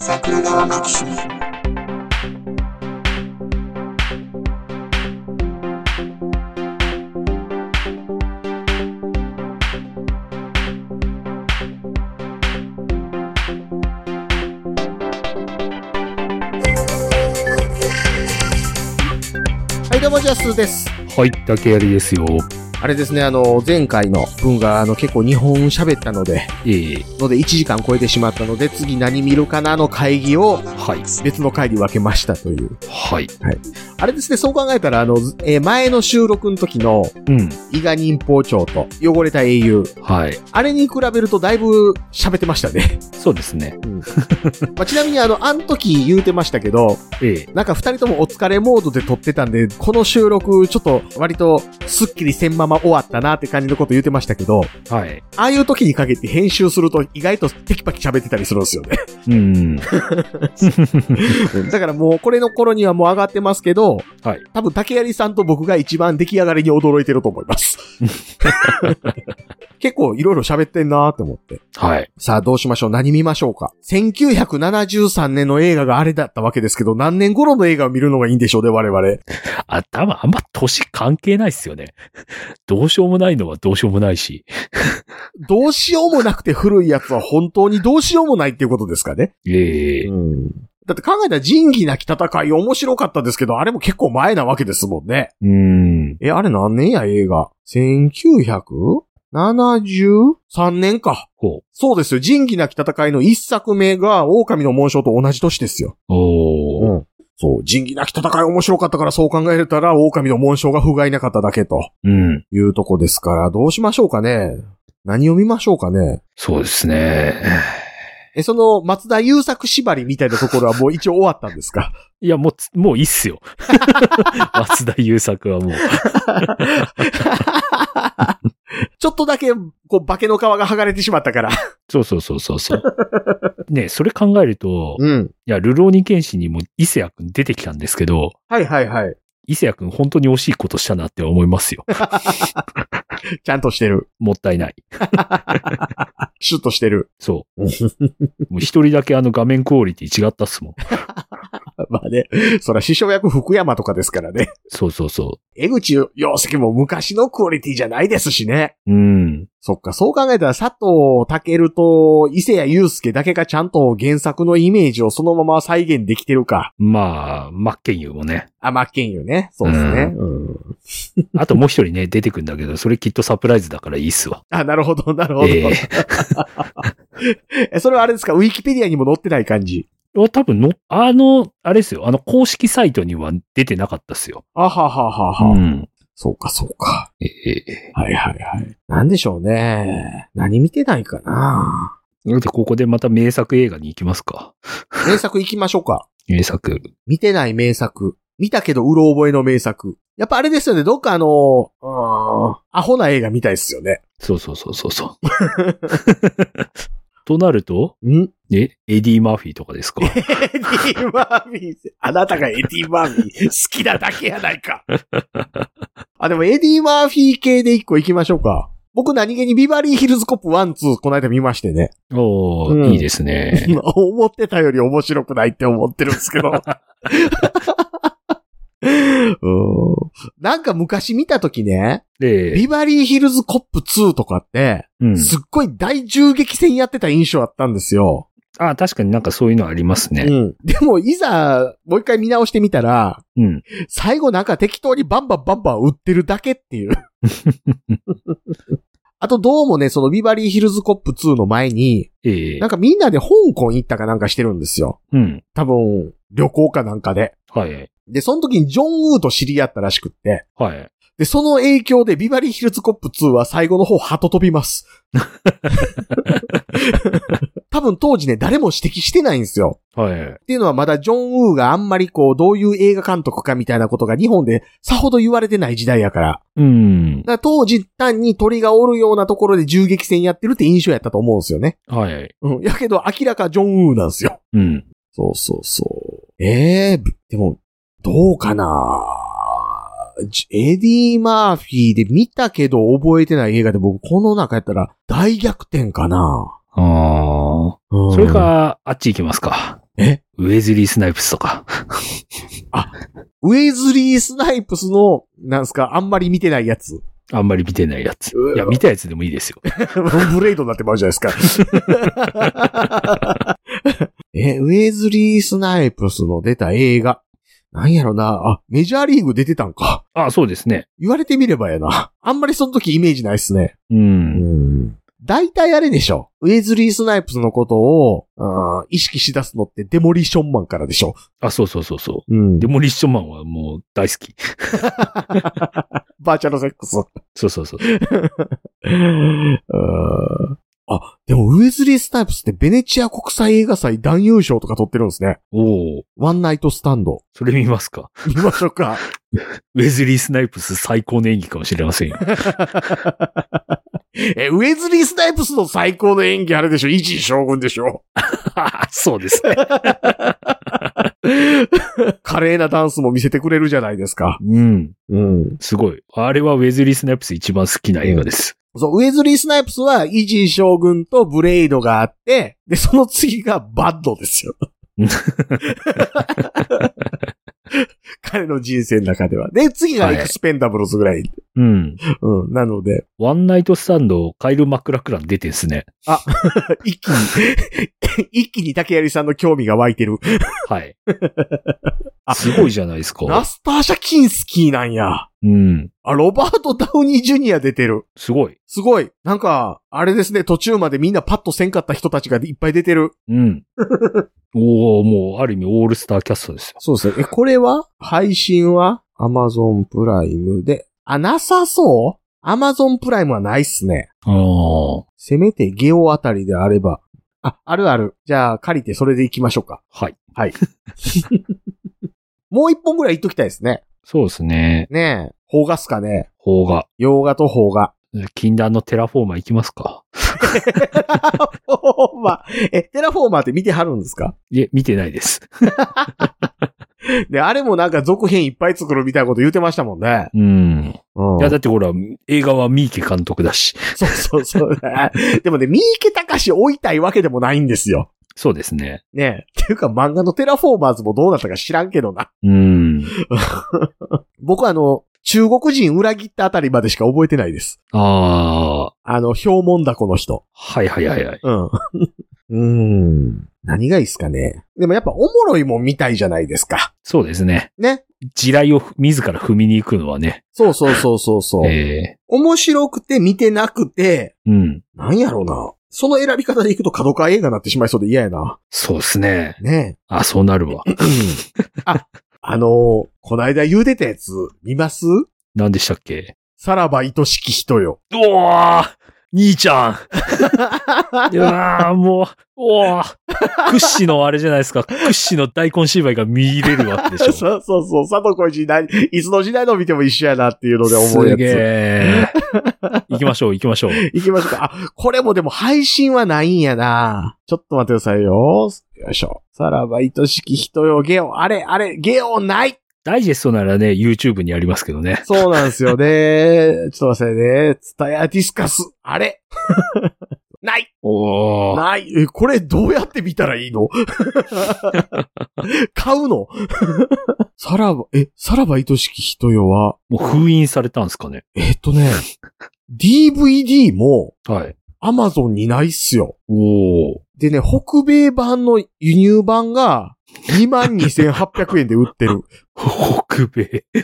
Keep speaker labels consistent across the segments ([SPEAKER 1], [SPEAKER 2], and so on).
[SPEAKER 1] 桜川マキシム
[SPEAKER 2] はい、どうも、ジャスです。
[SPEAKER 3] はい、竹やりですよ。
[SPEAKER 2] あれですね、あの、前回の分が、あの、結構日本喋ったので、
[SPEAKER 3] ええ
[SPEAKER 2] ので1時間超えてしまったので、次何見るかなの会議を、
[SPEAKER 3] はい、
[SPEAKER 2] 別の回に分けましたという。
[SPEAKER 3] はい。
[SPEAKER 2] あれですね、そう考えたら、あの、えー前の収録の時の、
[SPEAKER 3] うん、
[SPEAKER 2] 伊賀忍法庁と、汚れた英雄。
[SPEAKER 3] はい。
[SPEAKER 2] あれに比べるとだいぶ喋ってましたね。
[SPEAKER 3] そうですね。
[SPEAKER 2] まあ、ちなみに、あの、あの時言うてましたけど、
[SPEAKER 3] ええ
[SPEAKER 2] なんか二人ともお疲れモードで撮ってたんで、この収録、ちょっと割とスッキリせんまま終わったなって感じのこと言ってましたけど、
[SPEAKER 3] はい。
[SPEAKER 2] ああいう時に限って編集すると意外とテキパキ喋ってたりするんですよね。
[SPEAKER 3] うん、
[SPEAKER 2] だからもうこれの頃にはもう上がってますけど、
[SPEAKER 3] はい。
[SPEAKER 2] 多分竹槍さんと僕が一番出来上がりに驚いてると思います。 結構いろいろ喋ってんなーって思って。
[SPEAKER 3] はい。
[SPEAKER 2] さあどうしましょう何見ましょうか ?1973 年の映画があれだったわけですけど、何年頃の映画を見るのがいいんでしょうね、我々。
[SPEAKER 3] あ、多分あんま年関係ないっすよね。 どうしようもないのはどうしようもないし。
[SPEAKER 2] どうしようもなくて古いやつは本当にどうしようもないっていうことですかね。
[SPEAKER 3] ええ
[SPEAKER 2] だって考えたら仁義なき戦い面白かったですけど、あれも結構前なわけですもんね。
[SPEAKER 3] うん、
[SPEAKER 2] え、あれ何年や映画 ?1973 年か。
[SPEAKER 3] こ
[SPEAKER 2] そうですよ。仁義なき戦いの一作目が狼の紋章と同じ年ですよ。
[SPEAKER 3] う。おー。
[SPEAKER 2] ん。そう。仁義なき戦い面白かったからそう考えたら狼の紋章が不甲斐なかっただけと
[SPEAKER 3] うん、
[SPEAKER 2] いうとこですから、どうしましょうかね。何を見ましょうかね。
[SPEAKER 3] そうですね。
[SPEAKER 2] え、その松田優作縛りみたいなところはもう一応終わったんですか
[SPEAKER 3] いや、もうつ、もういいっす よ。松田優作はもう。
[SPEAKER 2] ちょっとだけ、こう、化けの皮が剥がれてしまったから。
[SPEAKER 3] そうそうそうそうそう。ねえそれ考えると、
[SPEAKER 2] うん。
[SPEAKER 3] いや、ルローニケンシンにも伊勢谷くん出てきたんですけど、
[SPEAKER 2] はいはいはい。
[SPEAKER 3] 伊勢谷くん本当に惜しいことしたなって思います よ。
[SPEAKER 2] ちゃんとしてる。
[SPEAKER 3] もったいない。
[SPEAKER 2] シュッとしてる。
[SPEAKER 3] そう。もう一人だけあの画面クオリティ違ったっすもん。
[SPEAKER 2] まあね、そら師匠役福山とかですからね。
[SPEAKER 3] そうそうそ
[SPEAKER 2] 江口洋介も昔のクオリティじゃないですしね。
[SPEAKER 3] う。うん。
[SPEAKER 2] そっか、そう考えたら佐藤健と伊勢谷友介だけがちゃんと原作のイメージをそのまま再現できてるか。
[SPEAKER 3] まあ、マッケンユーもね。
[SPEAKER 2] あ、真剣佑ね。そうですね。うん
[SPEAKER 3] あともう一人ね、 出てくんだけど、それきっとサプライズだからいいっすわ。
[SPEAKER 2] あ、なるほど、なるほど。
[SPEAKER 3] ええ
[SPEAKER 2] えそれはあれですか、ウィキペディアにも載ってない感じ。
[SPEAKER 3] お多分の、あの、あれですよ。あの公式サイトには出てなかったっすよ。
[SPEAKER 2] あはははは、
[SPEAKER 3] うん。
[SPEAKER 2] そうか、そうか。
[SPEAKER 3] ええ
[SPEAKER 2] はいはいはい。なんでしょうね。何見てないかな。
[SPEAKER 3] でここでまた名作映画に行きますか。
[SPEAKER 2] 名作行きましょうか。
[SPEAKER 3] 名作。
[SPEAKER 2] 見てない名作。見たけどうろ覚えの名作。やっぱあれですよね、どっかあのーうーんアホな映画みたいですよね。
[SPEAKER 3] そうそうそうそうそう。 となると、
[SPEAKER 2] んエ
[SPEAKER 3] え、エディ・マーフィーとか ですか
[SPEAKER 2] ディ・マーフィー、あなたがエディ・マーフィー好きなだけやない か。あ、でもエディ・マーフィー系で一個行きましょうか。僕何気にビバリーヒルズコップ1、2この間見ましてね。
[SPEAKER 3] おー、
[SPEAKER 2] うん
[SPEAKER 3] いいですね。
[SPEAKER 2] 思ってたより面白くないって思ってるんですけど。うんなんか昔見たときね、
[SPEAKER 3] で、
[SPEAKER 2] ビバリーヒルズコップ2とかって、
[SPEAKER 3] うん。
[SPEAKER 2] すっごい大銃撃戦やってた印象あったんですよ。
[SPEAKER 3] あ、確かになんかそういうのありますね。
[SPEAKER 2] うんでもいざ、もう一回見直してみたら、
[SPEAKER 3] うん。
[SPEAKER 2] 最後なんか適当にバンバンバンバン撃ってるだけって いう。あとどうもね、そのビバリーヒルズコップ2の前に、
[SPEAKER 3] ええ
[SPEAKER 2] なんかみんなで香港行ったかなんかしてるんですよ。
[SPEAKER 3] うん。
[SPEAKER 2] 多分、旅行かなんかで。
[SPEAKER 3] はい。
[SPEAKER 2] で、その時にジョン・ウーと知り合ったらしくって。
[SPEAKER 3] はい。
[SPEAKER 2] で、その影響でビバリーヒルズコップ2は最後の方鳩飛びます。多分当時ね、誰も指摘してないんですよ。
[SPEAKER 3] はい。
[SPEAKER 2] っていうのはまだジョン・ウーがあんまりこう、どういう映画監督かみたいなことが日本でさほど言われてない時代やから。だか
[SPEAKER 3] うん。
[SPEAKER 2] ら当時単に鳥がおるようなところで銃撃戦やってるって印象やったと思うんですよね。
[SPEAKER 3] はい。
[SPEAKER 2] うん。やけど明らかジョン・ウーなんですよ。
[SPEAKER 3] うん。
[SPEAKER 2] そうそうそう。ええでも、どうかなじエディ・マーフィーで見たけど覚えてない映画で僕この中やったら大逆転かな
[SPEAKER 3] ああ。そ
[SPEAKER 2] そ
[SPEAKER 3] れ、か、あっち行きますか。
[SPEAKER 2] え
[SPEAKER 3] ウェズリー・スナイプスとか。
[SPEAKER 2] ウェズリー・スナイプスの、なんすか、あんまり見てないや つ。
[SPEAKER 3] あんまり見てないやつ。
[SPEAKER 2] うわ
[SPEAKER 3] いや、見たやつでもいいですよ。
[SPEAKER 2] ブレイドになってまうじゃないですか。 え、ウェズリー・スナイプスの出た映画。なんやろな。あ、メジャーリーグ出てたんか。
[SPEAKER 3] あ、そうですね。
[SPEAKER 2] 言われてみればやな。あんまりその時イメージないっすね。
[SPEAKER 3] う。
[SPEAKER 2] うんん。大体あれでしょ。ウェズリー・スナイプスのことを、あー意識し出すのってデモリションマンからでしょ。
[SPEAKER 3] あ、そうそうそうそう。
[SPEAKER 2] うん
[SPEAKER 3] デモリッションマンはもう大好き。
[SPEAKER 2] バーチャルセックス。
[SPEAKER 3] そうそうそう。
[SPEAKER 2] あ、でもウェズリー・スナイプスってベネチア国際映画祭男優賞とか取ってるんですね。
[SPEAKER 3] おお、
[SPEAKER 2] ワンナイトスタンド。
[SPEAKER 3] それ見ますか。
[SPEAKER 2] 見ましょうか。
[SPEAKER 3] ウェズリー・スナイプス最高の演技かもしれませんよ。
[SPEAKER 2] え、ウェズリー・スナイプスの最高の演技あれでしょ一位将軍でしょ
[SPEAKER 3] そうですね。
[SPEAKER 2] 華麗なダンスも見せてくれるじゃないですか。
[SPEAKER 3] うん。
[SPEAKER 2] うん。
[SPEAKER 3] すごい。あれはウェズリー・スナイプス一番好きな映画です。
[SPEAKER 2] そう、ウェズリー・スナイプスは、イージー将軍とブレイドがあって、で、その次がバッドです よ。彼の人生の中では。で、次が
[SPEAKER 3] はい
[SPEAKER 2] エクスペンダブルズぐらい。
[SPEAKER 3] うん。
[SPEAKER 2] うん、なので、
[SPEAKER 3] ワンナイトスタンド、カイル・マックラクラン出てんすね。
[SPEAKER 2] 一気に、 一気に竹槍さんの興味が湧いてる。
[SPEAKER 3] はい。
[SPEAKER 2] あ
[SPEAKER 3] すごいじゃないです
[SPEAKER 2] ラ
[SPEAKER 3] か。
[SPEAKER 2] スター・シャキンスキーなんや。
[SPEAKER 3] うん。
[SPEAKER 2] あ、ロバート・ダウニー・ジュニア出てる。
[SPEAKER 3] すごい。
[SPEAKER 2] すごい。なんか、あれですね、途中までみんなパッとせんかった人たちがいっぱい出てる。
[SPEAKER 3] うん。おおもう、ある意味、オールスターキャストですよ。
[SPEAKER 2] そうですね。え、これは配信は Amazon プライムで。あ、なさそう ?Amazon プライムはないっすね。
[SPEAKER 3] あ
[SPEAKER 2] せめてゲオあたりであれば。あ、あるある。じゃあ、借りてそれで行きましょうか。
[SPEAKER 3] あ。はい。
[SPEAKER 2] もう一本ぐらい言っときたいですね。
[SPEAKER 3] そうですね。
[SPEAKER 2] ねえ。邦画っすかね。
[SPEAKER 3] 邦画。
[SPEAKER 2] 洋画と邦画。
[SPEAKER 3] 禁断のテラフォーマー行きますか。
[SPEAKER 2] テラフォーマー。 え、テラフォーマーって見てはるんですか
[SPEAKER 3] いえ、見てないです。
[SPEAKER 2] で、あれもなんか続編いっぱい作るみたいなこと言ってましたもんね。
[SPEAKER 3] うん。
[SPEAKER 2] うん
[SPEAKER 3] いや、だってほら、映画は三池監督だし。
[SPEAKER 2] そうそうそう。でもね、三池隆追いたいわけでもないんですよ。
[SPEAKER 3] そうですね。
[SPEAKER 2] ねえ。っていうか漫画のテラフォーマーズもどうなったか知らんけどな。
[SPEAKER 3] うん。
[SPEAKER 2] 僕あの、中国人裏切ったあたりまでしか覚えてないです。
[SPEAKER 3] ああ、
[SPEAKER 2] あの、氷門だこの人。
[SPEAKER 3] はいはいはいはい。
[SPEAKER 2] うん。うん。何がいいっすかね。でもやっぱおもろいもん見たいじゃないですか。
[SPEAKER 3] そうですね。
[SPEAKER 2] ね。
[SPEAKER 3] 地雷を自ら踏みに行くのはね。
[SPEAKER 2] そうそうそうそうそう。
[SPEAKER 3] え
[SPEAKER 2] 面白くて見てなくて、
[SPEAKER 3] えうん。
[SPEAKER 2] なんやろうな。その選び方でいくと角川映画になってしまいそうで嫌やな。
[SPEAKER 3] そうですね。
[SPEAKER 2] ね
[SPEAKER 3] あ、そう なるわ。
[SPEAKER 2] え。あ、あのーこないだ言うてたやつ、見ます
[SPEAKER 3] 何でしたっけ
[SPEAKER 2] さらば愛しき人よ。
[SPEAKER 3] うおー兄 ちゃんいやーもう、おー屈指のあれじゃないですか。屈指の大根芝居が見れるわけでしょ。
[SPEAKER 2] そうそうそう、佐藤浩市ない、いつの時代の見ても一緒やなっていうので思うや
[SPEAKER 3] すげ
[SPEAKER 2] つ。
[SPEAKER 3] え。行きましょう、行きましょう。
[SPEAKER 2] 行きましょうか。あ、これもでも配信はないんやな。ちょっと待ってくださいよ。よいしょ。さらば愛しき人よ、ゲオ。あれ、あれ、ゲオない
[SPEAKER 3] ダイジェストならね、YouTube にありますけどね。
[SPEAKER 2] そうなんですよ ね。ちょっと待ってね。ツタヤディスカス。あれない
[SPEAKER 3] おー
[SPEAKER 2] ないえ、これどうやって見たらいい の買うの さらば、え、さらば愛しき人よは、
[SPEAKER 3] もう封印されたんですかね。
[SPEAKER 2] えっとね、DVD も
[SPEAKER 3] はい。
[SPEAKER 2] Amazon にないっすよ。
[SPEAKER 3] おー
[SPEAKER 2] でね、北米版の輸入版が22,800円で売ってる。
[SPEAKER 3] 北米。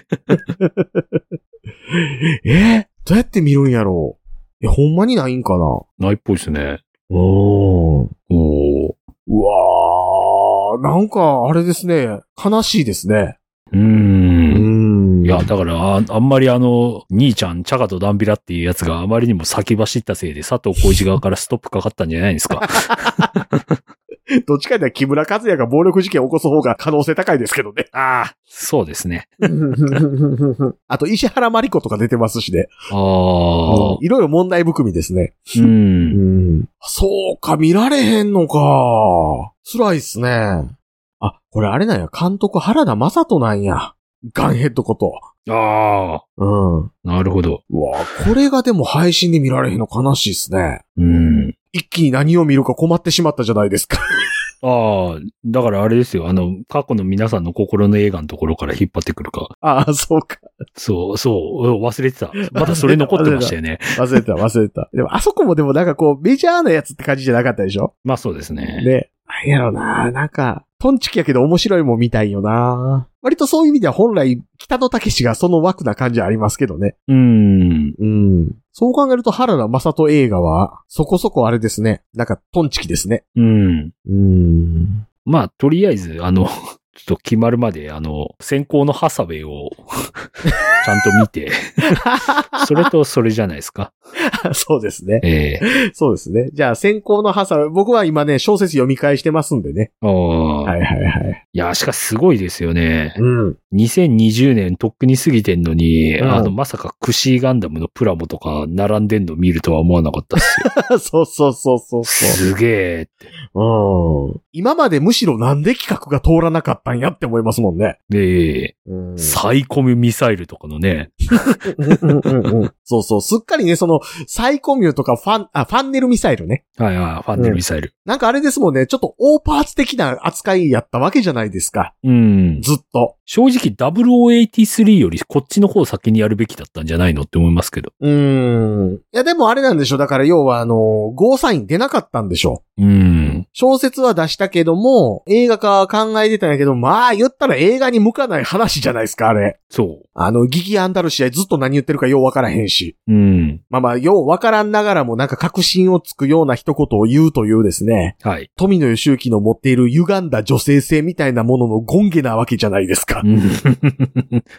[SPEAKER 2] えーどうやって見るんやろうえ、ほんまにないんかな
[SPEAKER 3] ないっぽいですね。
[SPEAKER 2] おー。
[SPEAKER 3] おー
[SPEAKER 2] うわー、なんか、あれですね、悲しいですね。
[SPEAKER 3] うー。
[SPEAKER 2] うんん
[SPEAKER 3] いや、だから、ああんまりあの、兄ちゃん、チャカとダンビラっていうやつがあまりにも先走ったせいで、佐藤浩一側からストップかかったんじゃないです か。
[SPEAKER 2] どっちかって木村和也が暴力事件を起こす方が可能性高いですけど ね。ああ。
[SPEAKER 3] そうですね。
[SPEAKER 2] あと、石原まりことか出てますしね。
[SPEAKER 3] ああ
[SPEAKER 2] うん。いろいろ問題含みですね。
[SPEAKER 3] うん。
[SPEAKER 2] そうか、見られへんのか。辛いっすね。あ、これあれなんや、監督原田正人なんや。ガンヘッドこと。
[SPEAKER 3] ああ。
[SPEAKER 2] うん。
[SPEAKER 3] なるほど。
[SPEAKER 2] うわ、これがでも配信で見られへんの悲しいっすね。
[SPEAKER 3] うん。
[SPEAKER 2] 一気に何を見るか困ってしまったじゃないですか。
[SPEAKER 3] ああ、だからあれですよ。あの、過去の皆さんの心の映画のところから引っ張ってくるか。
[SPEAKER 2] ああ、そうか。
[SPEAKER 3] そう、そう、忘れてた。まだそれ残ってましたよ ね。
[SPEAKER 2] 忘れた、忘れた。でも、あそこもでもなんかこう、メジャーなやつって感じじゃなかったでしょ
[SPEAKER 3] まあそうですね。
[SPEAKER 2] ね。なんやろな、なんか、トンチキやけど面白いもん見たいよな。割とそういう意味では本来、北野武がその枠な感じありますけどね。
[SPEAKER 3] うん。
[SPEAKER 2] うん。そう考えると原田正人映画は、そこそこあれですね。なんか、トンチキですね。
[SPEAKER 3] うん。
[SPEAKER 2] うん。
[SPEAKER 3] まあ、とりあえず、あの、ちょ っと決まるまで、あの、先行のハサウェイ を、ちゃんと見 て、それとそれじゃないですか。
[SPEAKER 2] そうですね。
[SPEAKER 3] ええ
[SPEAKER 2] そうですね。じゃあ、先行のハサウェイ僕は今ね、小説読み返してますんでね。
[SPEAKER 3] ああ
[SPEAKER 2] はい
[SPEAKER 3] い、
[SPEAKER 2] はいはい。
[SPEAKER 3] や、しかしすごいですよね。
[SPEAKER 2] うん。
[SPEAKER 3] 2020年とっくに過ぎてんのに、
[SPEAKER 2] うん
[SPEAKER 3] あの、まさかクシーガンダムのプラモとか並んでんの見るとは思わなかったっすよ。
[SPEAKER 2] そうそうそうそうそう。
[SPEAKER 3] すげえ。
[SPEAKER 2] うん。今までむしろなんで企画が通らなかったんやって思いますもんね。
[SPEAKER 3] で、
[SPEAKER 2] うん
[SPEAKER 3] サイコミュミサイルとかのね。
[SPEAKER 2] そうそう。すっかりね、その、サイコミュとかファン、あ、ファンネルミサイルね。
[SPEAKER 3] はいはい、ファンネルミサイル。
[SPEAKER 2] なんかあれですもんね、ちょっとオーパーツ的な扱いやったわけじゃないですか。
[SPEAKER 3] うん。
[SPEAKER 2] ずっと。
[SPEAKER 3] 正直0083よりこっちの方を先にやるべきだったんじゃないのって思いますけど。
[SPEAKER 2] うん。いや、でもあれなんでしょ。だから要は、あの、ゴーサイン出なかったんでしょ。
[SPEAKER 3] うん。
[SPEAKER 2] 小説は出したけども、映画化は考えてたんやけど、まあ言ったら映画に向かない話じゃないですか、あれ。
[SPEAKER 3] そ
[SPEAKER 2] あの、ギギアンダルシアずっと何言ってるかようわからへんし。
[SPEAKER 3] う。うん。
[SPEAKER 2] まあまあ、ようわからんながらもなんか確信をつくような一言を言うというですね、
[SPEAKER 3] はい。
[SPEAKER 2] 富野義行の持っている歪んだ女性性みたいなものの権下なわけじゃないですか。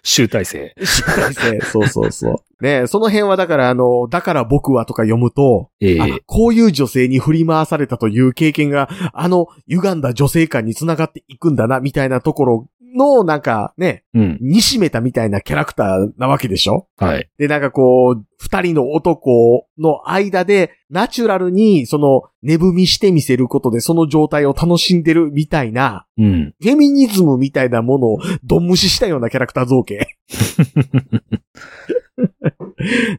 [SPEAKER 3] 集大成。
[SPEAKER 2] 集大成そうそうそう。ねえその辺はだからあの、だから僕はとか読むと、
[SPEAKER 3] ええ
[SPEAKER 2] あこういう女性に振り回されたという経験が、あの、歪んだ女性感につながっていくんだな、みたいなところの、なんかね、
[SPEAKER 3] うん。
[SPEAKER 2] 煮しめたみたいなキャラクターなわけでしょ
[SPEAKER 3] はい。
[SPEAKER 2] で、なんかこう、二人の男の間で、ナチュラルに、その、寝踏みしてみせることで、その状態を楽しんでるみたいな、
[SPEAKER 3] うん。
[SPEAKER 2] フェミニズムみたいなものを、どん無視したようなキャラクター造形。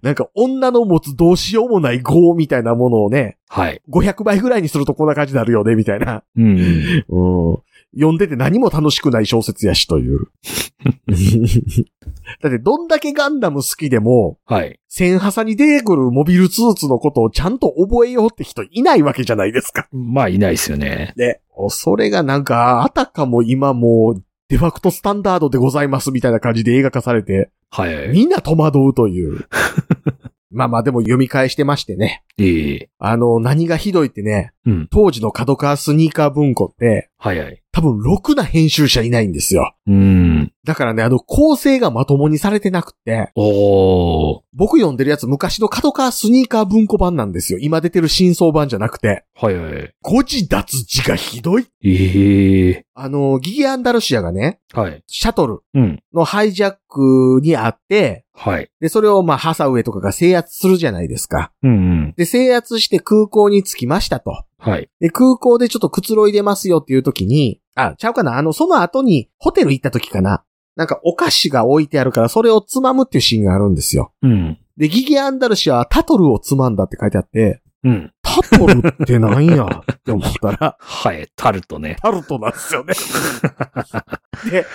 [SPEAKER 2] なんか、女の持つどうしようもない業みたいなものをね、
[SPEAKER 3] はい。
[SPEAKER 2] 500倍ぐらいにするとこんな感じになるよね、みたいな。
[SPEAKER 3] うん。
[SPEAKER 2] うん。読んでて何も楽しくない小説やし、と いう。だって、どんだけガンダム好きでも、
[SPEAKER 3] はい。
[SPEAKER 2] 千ハサに出てくるモビルスーツのことをちゃんと覚えようって人いないわけじゃないですか。
[SPEAKER 3] まあ、いないですよね。
[SPEAKER 2] ね。それがなんか、あたかも今もう、デファクトスタンダードでございますみたいな感じで映画化されて、
[SPEAKER 3] はい。
[SPEAKER 2] みんな戸惑うという。 まあまあでも読み返してましてね。
[SPEAKER 3] ええ
[SPEAKER 2] あの、何がひどいってね、
[SPEAKER 3] うん。
[SPEAKER 2] 当時の角川スニーカー文庫って、
[SPEAKER 3] はいはい。
[SPEAKER 2] 多分ろくな編集者いないんですよ。
[SPEAKER 3] うん。
[SPEAKER 2] だからね、あの、構成がまともにされてなくって、
[SPEAKER 3] おー。
[SPEAKER 2] 僕読んでるやつ昔の角川スニーカー文庫版なんですよ。今出てる新装版じゃなくて。
[SPEAKER 3] はいはい。
[SPEAKER 2] 誤字脱字がひどい。
[SPEAKER 3] ええ
[SPEAKER 2] あの、ギギアンダルシアがね、
[SPEAKER 3] はい。
[SPEAKER 2] シャトル
[SPEAKER 3] うん。
[SPEAKER 2] のハイジャックにあって、
[SPEAKER 3] はい。
[SPEAKER 2] で、それをまあ、ハサウェイとかが制圧するじゃないですか。
[SPEAKER 3] うんうん。
[SPEAKER 2] で、制圧して空港に着きましたと。
[SPEAKER 3] はい。
[SPEAKER 2] で、空港でちょっとくつろいでますよっていう時に、あ、ちゃうかな、あの、その後にホテル行った時かな。なんかお菓子が置いてあるから、それをつまむっていうシーンがあるんですよ。
[SPEAKER 3] うん。
[SPEAKER 2] で、ギギアンダルシアはタトルをつまんだって書いてあって、
[SPEAKER 3] うん。
[SPEAKER 2] タトルってなんやって思ったら、
[SPEAKER 3] はい。タルトね。
[SPEAKER 2] タルトなんですよね。で、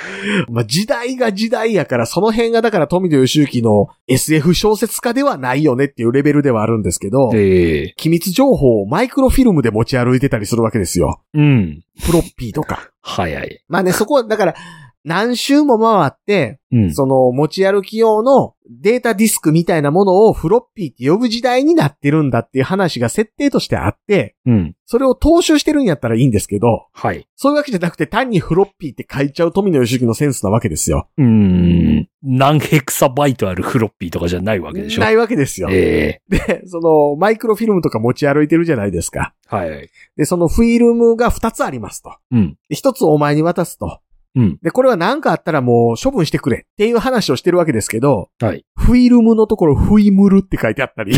[SPEAKER 2] まあ、時代が時代やから、その辺がだから富野義行の SF 小説家ではないよねっていうレベルではあるんですけど、
[SPEAKER 3] ええ
[SPEAKER 2] 機密情報をマイクロフィルムで持ち歩いてたりするわけですよ。
[SPEAKER 3] うん。
[SPEAKER 2] フロッピーとか。
[SPEAKER 3] はいはい。
[SPEAKER 2] まあね、そこは、だから、何周も回って、
[SPEAKER 3] うん。
[SPEAKER 2] その持ち歩き用のデータディスクみたいなものをフロッピーって呼ぶ時代になってるんだっていう話が設定としてあって、
[SPEAKER 3] うん。
[SPEAKER 2] それを踏襲してるんやったらいいんですけど、
[SPEAKER 3] はい。
[SPEAKER 2] そういうわけじゃなくて単にフロッピーって書いちゃう富野義行のセンスなわけですよ。
[SPEAKER 3] うーん。何ヘクサバイトあるフロッピーとかじゃないわけでしょ
[SPEAKER 2] ないわけですよ。
[SPEAKER 3] ええ
[SPEAKER 2] で、 その、マイクロフィルムとか持ち歩いてるじゃないですか。
[SPEAKER 3] はい。
[SPEAKER 2] で、そのフィルムが2つありますと。
[SPEAKER 3] うん。
[SPEAKER 2] で1つお前に渡すと。
[SPEAKER 3] うん。
[SPEAKER 2] で、これは何かあったらもう処分してくれっていう話をしてるわけですけど、
[SPEAKER 3] はい。
[SPEAKER 2] フィルムのところフィムルって書いてあ ったり。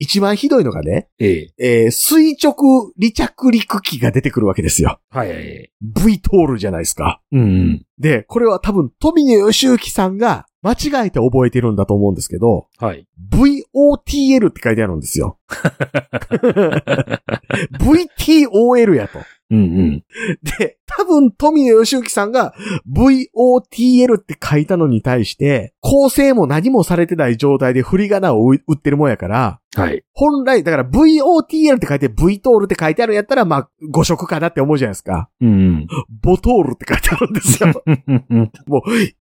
[SPEAKER 2] 一番ひどいのがね、
[SPEAKER 3] ええ
[SPEAKER 2] えー垂直離着陸機が出てくるわけですよ。
[SPEAKER 3] はいはい。
[SPEAKER 2] V トールじゃないですか。
[SPEAKER 3] うん。
[SPEAKER 2] で、これは多分富野義行さんが間違えて覚えてるんだと思うんですけど、
[SPEAKER 3] はい。
[SPEAKER 2] VOTL って書いてあるんですよ。 VTOL やと。
[SPEAKER 3] うんうん。
[SPEAKER 2] で、多分富野義行さんが VOTL って書いたのに対して、構成も何もされてない状態で振り仮名を打ってるもんやから、
[SPEAKER 3] はい。
[SPEAKER 2] 本来、だから VOTL って書いて VTOL って書いてあるんやったら、まあ、誤色かなって思うじゃないですか。
[SPEAKER 3] うん
[SPEAKER 2] ボトールって書いてあるんですよ。
[SPEAKER 3] うん。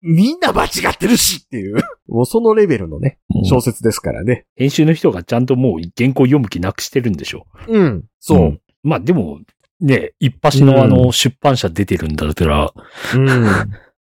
[SPEAKER 2] みんな間違ってるしっていう。もうそのレベルのね、小説ですからね。
[SPEAKER 3] 編集の人がちゃんともう原稿読む気なくしてるんでしょ
[SPEAKER 2] うん。そう。
[SPEAKER 3] んまあでも、ね、一発のあの、出版社出てるんだったら、
[SPEAKER 2] うん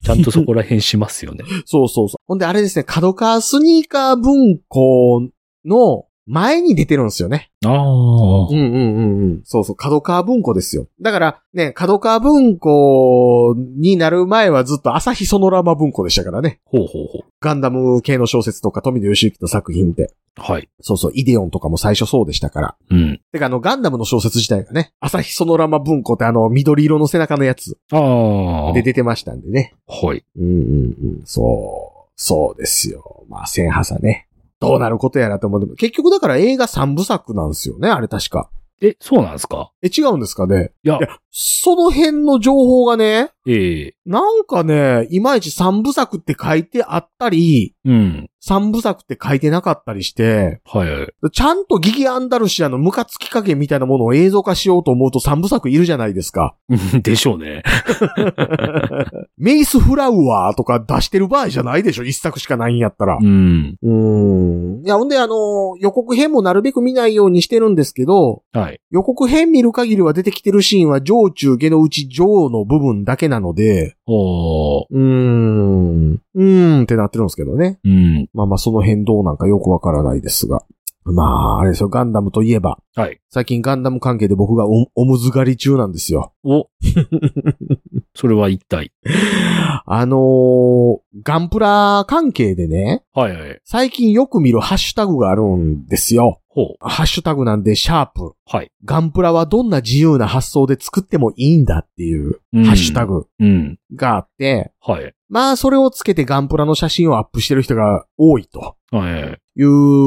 [SPEAKER 3] ちゃんとそこら辺しますよね。
[SPEAKER 2] そうそうそう。ほんであれですね、角川スニーカー文庫の前に出てるんですよね。
[SPEAKER 3] ああ。
[SPEAKER 2] んうんうんうん。そうそう、角川文庫ですよ。だからね、角川文庫になる前はずっと朝日ソノラマ文庫でしたからね。
[SPEAKER 3] ほうほうほ
[SPEAKER 2] ガンダム系の小説とか富野義行の作品って。
[SPEAKER 3] う。はい。
[SPEAKER 2] そうそう、イデオンとかも最初そうでしたから。
[SPEAKER 3] うん。
[SPEAKER 2] てかあの、ガンダムの小説自体がね、朝日ソノラマ文庫ってあの、緑色の背中のやつ
[SPEAKER 3] ああ。
[SPEAKER 2] で出てましたんでね。
[SPEAKER 3] はい。
[SPEAKER 2] うんうんうん。そう。そうですよ。まあ、千さね。どうなることやなと思って。結局だから映画三部作なんですよね、あれ確か。
[SPEAKER 3] え、そうなんですか
[SPEAKER 2] え、違うんですかね
[SPEAKER 3] いや
[SPEAKER 2] い、や、その辺の情報がね、
[SPEAKER 3] ええ
[SPEAKER 2] なんかね、いまいち三部作って書いてあったり、
[SPEAKER 3] うん。
[SPEAKER 2] 三部作って書いてなかったりして、
[SPEAKER 3] はいはい。
[SPEAKER 2] ちゃんとギギアンダルシアのムカつき加減みたいなものを映像化しようと思うと三部作いるじゃないですか。
[SPEAKER 3] うん でしょうね。
[SPEAKER 2] メイスフラワーとか出してる場合じゃないでしょ一作しかないんやったら。
[SPEAKER 3] うん。
[SPEAKER 2] うーん。いや、ほんで、あの、予告編もなるべく見ないようにしてるんですけど、
[SPEAKER 3] はい。
[SPEAKER 2] 予告編見る限りは出てきてるシーンは上中下のうち上の部分だけなので、
[SPEAKER 3] おー。
[SPEAKER 2] うーん、うーんってなってるんですけどね。
[SPEAKER 3] うん。
[SPEAKER 2] まあまあその辺どうなんかよくわからないですが。まあ、あれですよ、ガンダムといえば、
[SPEAKER 3] はい。
[SPEAKER 2] 最近ガンダム関係で僕がおおむずがり中なんですよ。
[SPEAKER 3] お。それは一体。
[SPEAKER 2] あのーガンプラ関係でね、
[SPEAKER 3] はいはい。
[SPEAKER 2] 最近よく見るハッシュタグがあるんですよ。
[SPEAKER 3] ほう。
[SPEAKER 2] ハッシュタグなんで、シャープ。
[SPEAKER 3] はい。
[SPEAKER 2] ガンプラはどんな自由な発想で作ってもいいんだっていう
[SPEAKER 3] うん
[SPEAKER 2] ハッシュタ。グ
[SPEAKER 3] うん。
[SPEAKER 2] があって、
[SPEAKER 3] はい。
[SPEAKER 2] まあそれをつけてガンプラの写真をアップしてる人が多いと
[SPEAKER 3] はいはい。
[SPEAKER 2] い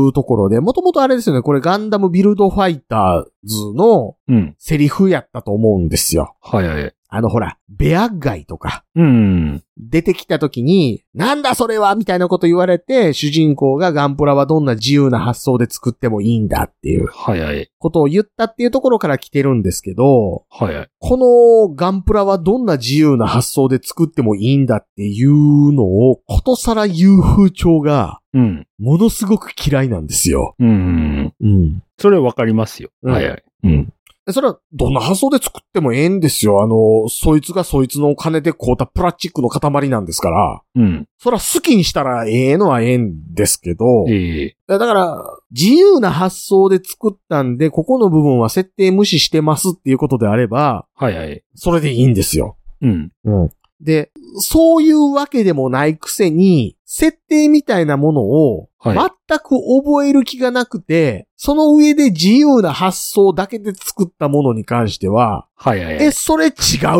[SPEAKER 2] うところで、もともとあれですよね、これガンダムビルドファイターズの
[SPEAKER 3] うん。
[SPEAKER 2] セリフやったと思うんですよ。
[SPEAKER 3] はいはい。
[SPEAKER 2] あのほら、ベアガイとか
[SPEAKER 3] うん。
[SPEAKER 2] 出てきた時に、なんだそれはみたいなこと言われて、主人公がガンプラはどんな自由な発想で作ってもいいんだっていう
[SPEAKER 3] はいはい。
[SPEAKER 2] ことを言ったっていうところから来てるんですけど、
[SPEAKER 3] はいはい。
[SPEAKER 2] このガンプラはどんな自由な発想で作ってもいいんだっていうのを、ことさら言う風潮が、
[SPEAKER 3] うん。
[SPEAKER 2] ものすごく嫌いなんですよ。
[SPEAKER 3] うん。
[SPEAKER 2] うん。
[SPEAKER 3] それわかりますよ。
[SPEAKER 2] うん
[SPEAKER 3] はいはい。うん。
[SPEAKER 2] それは、どんな発想で作ってもええんですよ。あの、そいつがそいつのお金で買うたプラスチックの塊なんですから、
[SPEAKER 3] うん。
[SPEAKER 2] そら好きにしたらええのはええんですけど、
[SPEAKER 3] ええ
[SPEAKER 2] だから、自由な発想で作ったんで、ここの部分は設定無視してますっていうことであれば、
[SPEAKER 3] はいはい。
[SPEAKER 2] それでいいんですよ。
[SPEAKER 3] うん。
[SPEAKER 2] で、そういうわけでもないくせに、設定みたいなものを、
[SPEAKER 3] はい
[SPEAKER 2] 全く覚える気がなくて、その上で自由な発想だけで作ったものに関しては、
[SPEAKER 3] はいはいはい。
[SPEAKER 2] え、それ違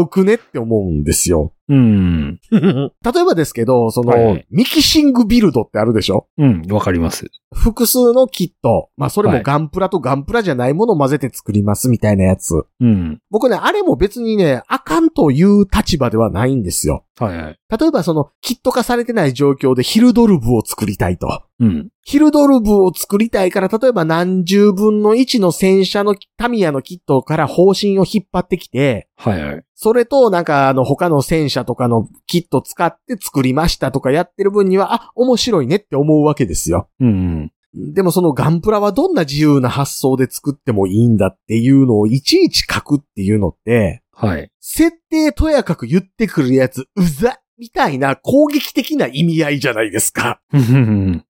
[SPEAKER 2] うくねって思うんです よ。
[SPEAKER 3] うん。
[SPEAKER 2] 例えばですけど、その、
[SPEAKER 3] はいはい
[SPEAKER 2] ミキシングビルドってあるでしょ
[SPEAKER 3] うん。わかります。
[SPEAKER 2] 複数のキット。まあ、それ
[SPEAKER 3] は
[SPEAKER 2] も
[SPEAKER 3] い
[SPEAKER 2] ガンプラとガンプラじゃないものを混ぜて作りますみたいなやつ。
[SPEAKER 3] うん。
[SPEAKER 2] 僕ね、あれも別にね、あかんという立場ではないんですよ。
[SPEAKER 3] はいはい。
[SPEAKER 2] 例えばその、キット化されてない状況でヒルドルブを作りたいと。
[SPEAKER 3] うん。
[SPEAKER 2] ヒルドルブを作りたいから、例えば何十分の1の戦車のタミヤのキットから方針を引っ張ってきて、
[SPEAKER 3] はいはい。
[SPEAKER 2] それとなんかあの他の戦車とかのキット使って作りましたとかやってる分には、あ、面白いねって思うわけですよ。
[SPEAKER 3] うん。
[SPEAKER 2] でもそのガンプラはどんな自由な発想で作ってもいいんだっていうのをいちいち書くっていうのって、
[SPEAKER 3] はい。
[SPEAKER 2] 設定とやかく言ってくるやつ、うざ、みたいな攻撃的な意味合いじゃないですか。
[SPEAKER 3] うん。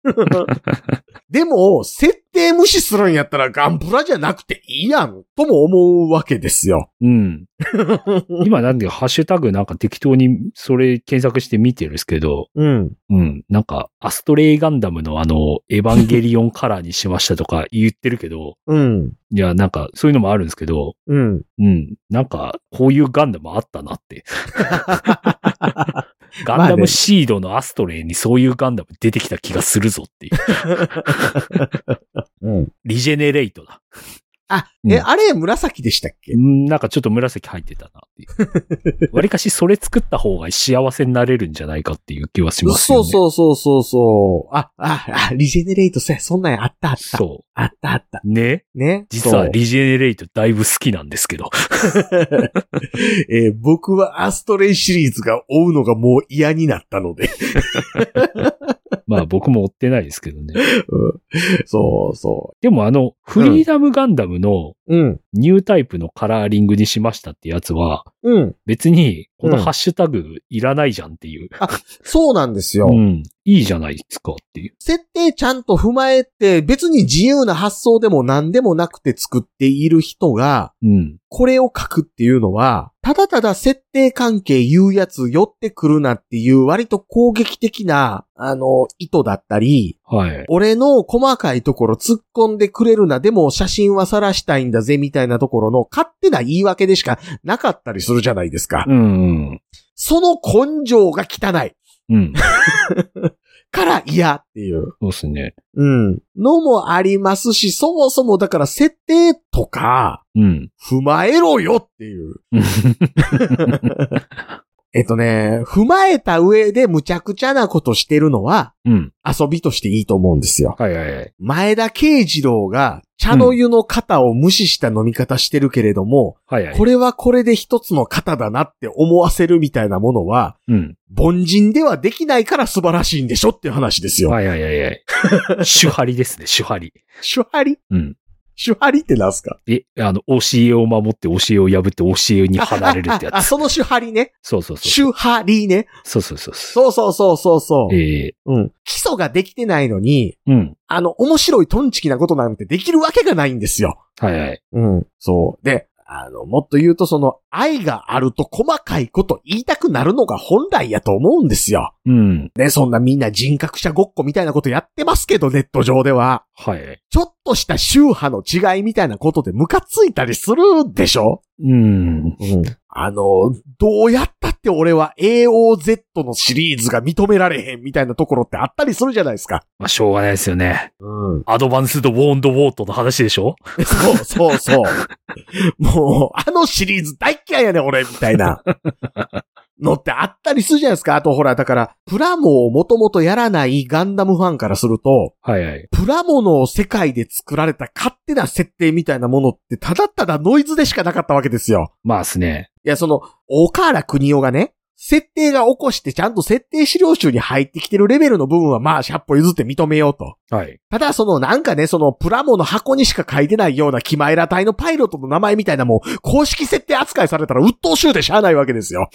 [SPEAKER 2] でも、設定無視するんやったらガンプラじゃなくていいやん、とも思うわけですよ。
[SPEAKER 3] うん。 今なんで、ハッシュタグなんか適当にそれ検索して見てるんですけど、
[SPEAKER 2] うん。
[SPEAKER 3] うん。なんか、アストレイガンダムのあの、エヴァンゲリオンカラーにしましたとか言ってるけど、
[SPEAKER 2] うん。
[SPEAKER 3] いや、なんか、そういうのもあるんですけど、
[SPEAKER 2] うん。
[SPEAKER 3] うん。なんか、こういうガンダムあったな って。ガンダムシードのアストレイにそういうガンダム出てきた気がするぞっていう。
[SPEAKER 2] うん。
[SPEAKER 3] リジェネレイトだ。
[SPEAKER 2] あ、
[SPEAKER 3] うん
[SPEAKER 2] え、あれ紫でしたっけ
[SPEAKER 3] うんなんかちょっと紫入ってたなっていう。わりかしそれ作った方が幸せになれるんじゃないかっていう気はします
[SPEAKER 2] そ
[SPEAKER 3] よね。
[SPEAKER 2] うそうそうそうそう。あ、あ、あ、リジェネレイト、そやそんなんやあったあった。
[SPEAKER 3] そ
[SPEAKER 2] あったあった。
[SPEAKER 3] う。ね。
[SPEAKER 2] ね。
[SPEAKER 3] 実は
[SPEAKER 2] そう
[SPEAKER 3] リジェネレイトだいぶ好きなんです けど。
[SPEAKER 2] えー僕はアストレイシリーズが追うのがもう嫌になったので、
[SPEAKER 3] まあ僕も追ってないですけどね。
[SPEAKER 2] うんそうそ
[SPEAKER 3] でもあの、フリーダムガンダムの
[SPEAKER 2] う。うん。
[SPEAKER 3] ニュータイプのカラーリングにしましたってやつは、
[SPEAKER 2] うん。
[SPEAKER 3] 別にこの
[SPEAKER 2] うん
[SPEAKER 3] ハッシュタグいらないじゃんっていう。
[SPEAKER 2] そうなんですよ。
[SPEAKER 3] うん。いいじゃないですかっていう。
[SPEAKER 2] 設定ちゃんと踏まえて、別に自由な発想でも何でもなくて作っている人が、
[SPEAKER 3] うん。
[SPEAKER 2] これを書くっていうのは、ただただ設定関係言うやつ寄ってくるなっていう割と攻撃的な、あの、意図だったり、
[SPEAKER 3] はい。
[SPEAKER 2] 俺の細かいところ突っ込んでくれるな、でも写真は晒したいんだぜみたいなところの勝手な言い訳でしかなかったりするじゃないですか。
[SPEAKER 3] うん、うん。
[SPEAKER 2] その根性が汚い
[SPEAKER 3] うん。
[SPEAKER 2] から嫌っていう。
[SPEAKER 3] そうですね。
[SPEAKER 2] うん。のもありますし、そもそもだから設定とか、
[SPEAKER 3] うん。
[SPEAKER 2] 踏まえろよっていう。えっとね、踏まえた上で無茶苦茶なことしてるのは
[SPEAKER 3] うん。
[SPEAKER 2] 遊びとしていいと思うんですよ。
[SPEAKER 3] はいはいはい。
[SPEAKER 2] 前田慶次郎が茶の湯の肩を無視した飲み方してるけれども、
[SPEAKER 3] はいはい。
[SPEAKER 2] これはこれで一つの肩だなって思わせるみたいなものは、
[SPEAKER 3] うん。
[SPEAKER 2] 凡人ではできないから素晴らしいんでしょっていう話ですよ。
[SPEAKER 3] はいはいはいはい。手張りですね、手張り。
[SPEAKER 2] 手張り
[SPEAKER 3] うん。
[SPEAKER 2] 手張りってなんすか
[SPEAKER 3] え、あの、教えを守って、教えを破って、教えに離れるってや
[SPEAKER 2] あああ、
[SPEAKER 3] つ。
[SPEAKER 2] その手張りね。
[SPEAKER 3] そうそうそう。
[SPEAKER 2] 手張りね。
[SPEAKER 3] そうそうそうそ。
[SPEAKER 2] そうそうそうそうそうう。
[SPEAKER 3] え
[SPEAKER 2] うん。基礎ができてないのに、
[SPEAKER 3] ー、うん。
[SPEAKER 2] あの、面白いトンチキなことなんてできるわけがないんですよ。
[SPEAKER 3] はいはい。
[SPEAKER 2] うん。そう。で、あの、もっと言うとその、愛があると細かいこと言いたくなるのが本来やと思うんですよ。
[SPEAKER 3] うん。
[SPEAKER 2] ね、そんなみんな人格者ごっこみたいなことやってますけど、ネット上では。
[SPEAKER 3] はいはい。
[SPEAKER 2] ちょっとした宗派の違いみたいなことでムカついたりするでしょ
[SPEAKER 3] うん。
[SPEAKER 2] うん。あの、どうやったって俺は AOZ のシリーズが認められへんみたいなところってあったりするじゃないですか。
[SPEAKER 3] まあ、しょうがないですよね。
[SPEAKER 2] うん。
[SPEAKER 3] アドバンスド・ウォーンド・ウォートの話でしょ
[SPEAKER 2] そうそうそう。 もう、あのシリーズ大嫌いやねん俺、みたいな。のってあったりするじゃないですか。あとほら、だから、プラモをもともとやらないガンダムファンからすると、
[SPEAKER 3] はいはい。
[SPEAKER 2] プラモの世界で作られた勝手な設定みたいなものって、ただただノイズでしかなかったわけですよ。
[SPEAKER 3] まあっすね。
[SPEAKER 2] いや、その、岡原国夫がね、設定が起こしてちゃんと設定資料集に入ってきてるレベルの部分はまあ、百歩譲って認めようと。
[SPEAKER 3] はい。
[SPEAKER 2] ただ、そのなんかね、そのプラモの箱にしか書いてないようなキマイラ隊のパイロットの名前みたいなもう公式設定扱いされたら鬱陶しゅうでしゃあないわけですよ。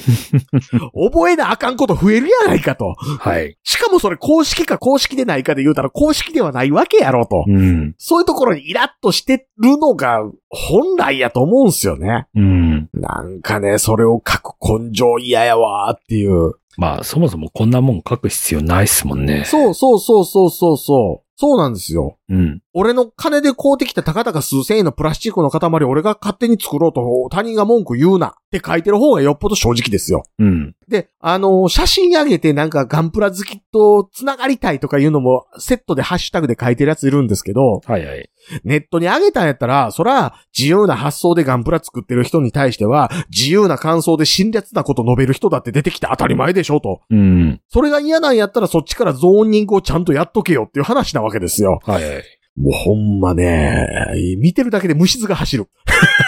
[SPEAKER 2] 覚えなあかんこと増えるやないかと。
[SPEAKER 3] はい。
[SPEAKER 2] しかもそれ公式か公式でないかで言うたら公式ではないわけやろうと。
[SPEAKER 3] うん。
[SPEAKER 2] そういうところにイラッとしてるのが本来やと思うんすよね。
[SPEAKER 3] うん。
[SPEAKER 2] なんかね、それを書く根性嫌やわーっていう。
[SPEAKER 3] まあ、そもそもこんなもん書く必要ないっすもんね。
[SPEAKER 2] そうそうそうそうそうそう。そうなんですよ。
[SPEAKER 3] うん。
[SPEAKER 2] 俺の金で買うてきたたかたか数千円のプラスチックの塊を俺が勝手に作ろうと他人が文句言うなって書いてる方がよっぽど正直ですよ。
[SPEAKER 3] うん。
[SPEAKER 2] で、あの、写真上げてなんかガンプラ好きと繋がりたいとかいうのもセットでハッシュタグで書いてるやついるんですけど、
[SPEAKER 3] はいはい。
[SPEAKER 2] ネットに上げたんやったら、そら、自由な発想でガンプラ作ってる人に対しては、自由な感想で辛辣なこと述べる人だって出てきて当たり前でしょと。
[SPEAKER 3] うん。
[SPEAKER 2] それが嫌なんやったらそっちからゾーニングをちゃんとやっとけよっていう話なわけですよ。
[SPEAKER 3] はいはい。
[SPEAKER 2] もうほんまね、見てるだけで虫唾が走る。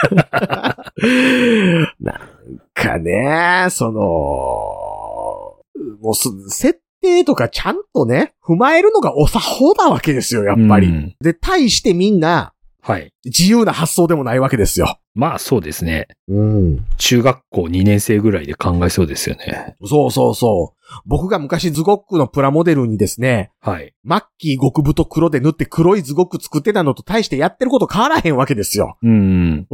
[SPEAKER 2] なんかね、その、もうす、設定とかちゃんとね、踏まえるのがお作法なわけですよ、やっぱり。
[SPEAKER 3] うん
[SPEAKER 2] で、対してみんな、
[SPEAKER 3] はい。
[SPEAKER 2] 自由な発想でもないわけですよ。
[SPEAKER 3] まあ、そうですね。
[SPEAKER 2] うん。
[SPEAKER 3] 中学校2年生ぐらいで考えそうですよね。
[SPEAKER 2] そうそうそう。僕が昔ズゴックのプラモデルにですね、
[SPEAKER 3] はい。
[SPEAKER 2] マッキー極太黒で塗って黒いズゴック作ってたのと対してやってること変わらへんわけですよ。
[SPEAKER 3] うん。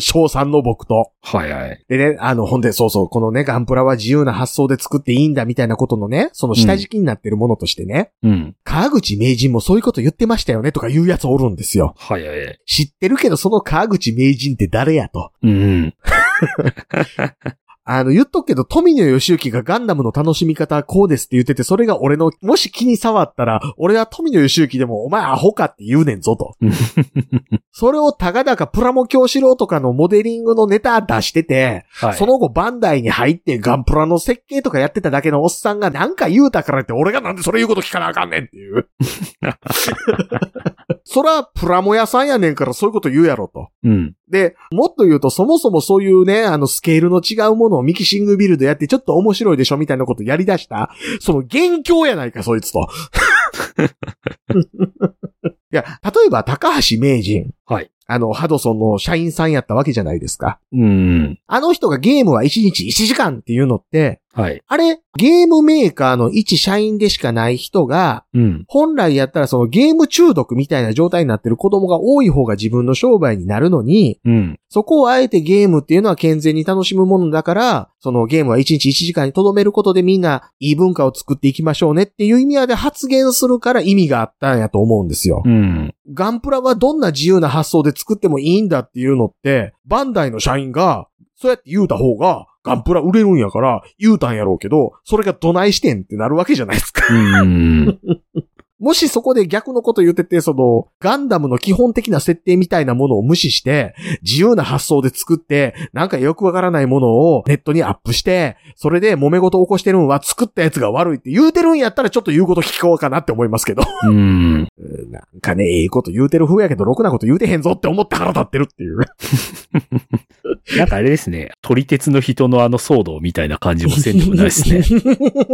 [SPEAKER 2] 小3の僕と。
[SPEAKER 3] はいはい。
[SPEAKER 2] でね、あの、ほんで、そうそう、このね、ガンプラは自由な発想で作っていいんだみたいなことのね、その下敷きになってるものとしてね、
[SPEAKER 3] うん。
[SPEAKER 2] 川口名人もそういうこと言ってましたよねとか言うやつおるんですよ。
[SPEAKER 3] はいはい。
[SPEAKER 2] 知ってるけどその川口名人って誰やと。
[SPEAKER 3] うん。
[SPEAKER 2] あの、言っとくけど、富野義行がガンダムの楽しみ方はこうですって言ってて、それが俺の、もし気に触ったら、俺は富野義行でもお前アホかって言うねんぞと。 それをたかだかプラモ教師郎とかのモデリングのネタ出してて、
[SPEAKER 3] はい。
[SPEAKER 2] その後バンダイに入ってガンプラの設計とかやってただけのおっさんがなんか言うたからって俺がなんでそれ言うこと聞かなあかんねんっていう。そらプラモ屋さんやねんからそういうこと言うやろと。
[SPEAKER 3] うん。
[SPEAKER 2] で、もっと言うと、そもそもそういうね、あの、スケールの違うものをミキシングビルドやって、ちょっと面白いでしょみたいなことやり出した、その元凶やないか、そいつと。 いや、例えば、高橋名人。
[SPEAKER 3] はい。
[SPEAKER 2] あの、ハドソンの社員さんやったわけじゃないですか。
[SPEAKER 3] うん。
[SPEAKER 2] あの人がゲームは1日1時間っていうのって、
[SPEAKER 3] はい。
[SPEAKER 2] あれ、ゲームメーカーの一社員でしかない人が、
[SPEAKER 3] うん。
[SPEAKER 2] 本来やったらそのゲーム中毒みたいな状態になってる子供が多い方が自分の商売になるのに、
[SPEAKER 3] うん。
[SPEAKER 2] そこをあえてゲームっていうのは健全に楽しむものだから、そのゲームは1日1時間に留めることでみんないい文化を作っていきましょうねっていう意味合いで発言するから意味があったんやと思うんですよ
[SPEAKER 3] う。ん。
[SPEAKER 2] ガンプラはどんな自由な発想で作ってもいいんだっていうのって、バンダイの社員が、そうやって言うた方が、ガンプラ売れるんやから言うたんやろうけど、それがどないしてんってなるわけじゃないですか。
[SPEAKER 3] うん。
[SPEAKER 2] もしそこで逆のこと言ってて、その、ガンダムの基本的な設定みたいなものを無視して、自由な発想で作って、なんかよくわからないものをネットにアップして、それで揉め事起こしてるんは作ったやつが悪いって言うてるんやったらちょっと言うこと聞こうかなって思いますけ ど。
[SPEAKER 3] うん。
[SPEAKER 2] なんかね、ええこと言うてる風やけど、ろくなこと言うてへんぞって思って腹立ってるって いう。
[SPEAKER 3] なんかあれですね、撮り鉄の人のあの騒動みたいな感じもせんでもないです ね。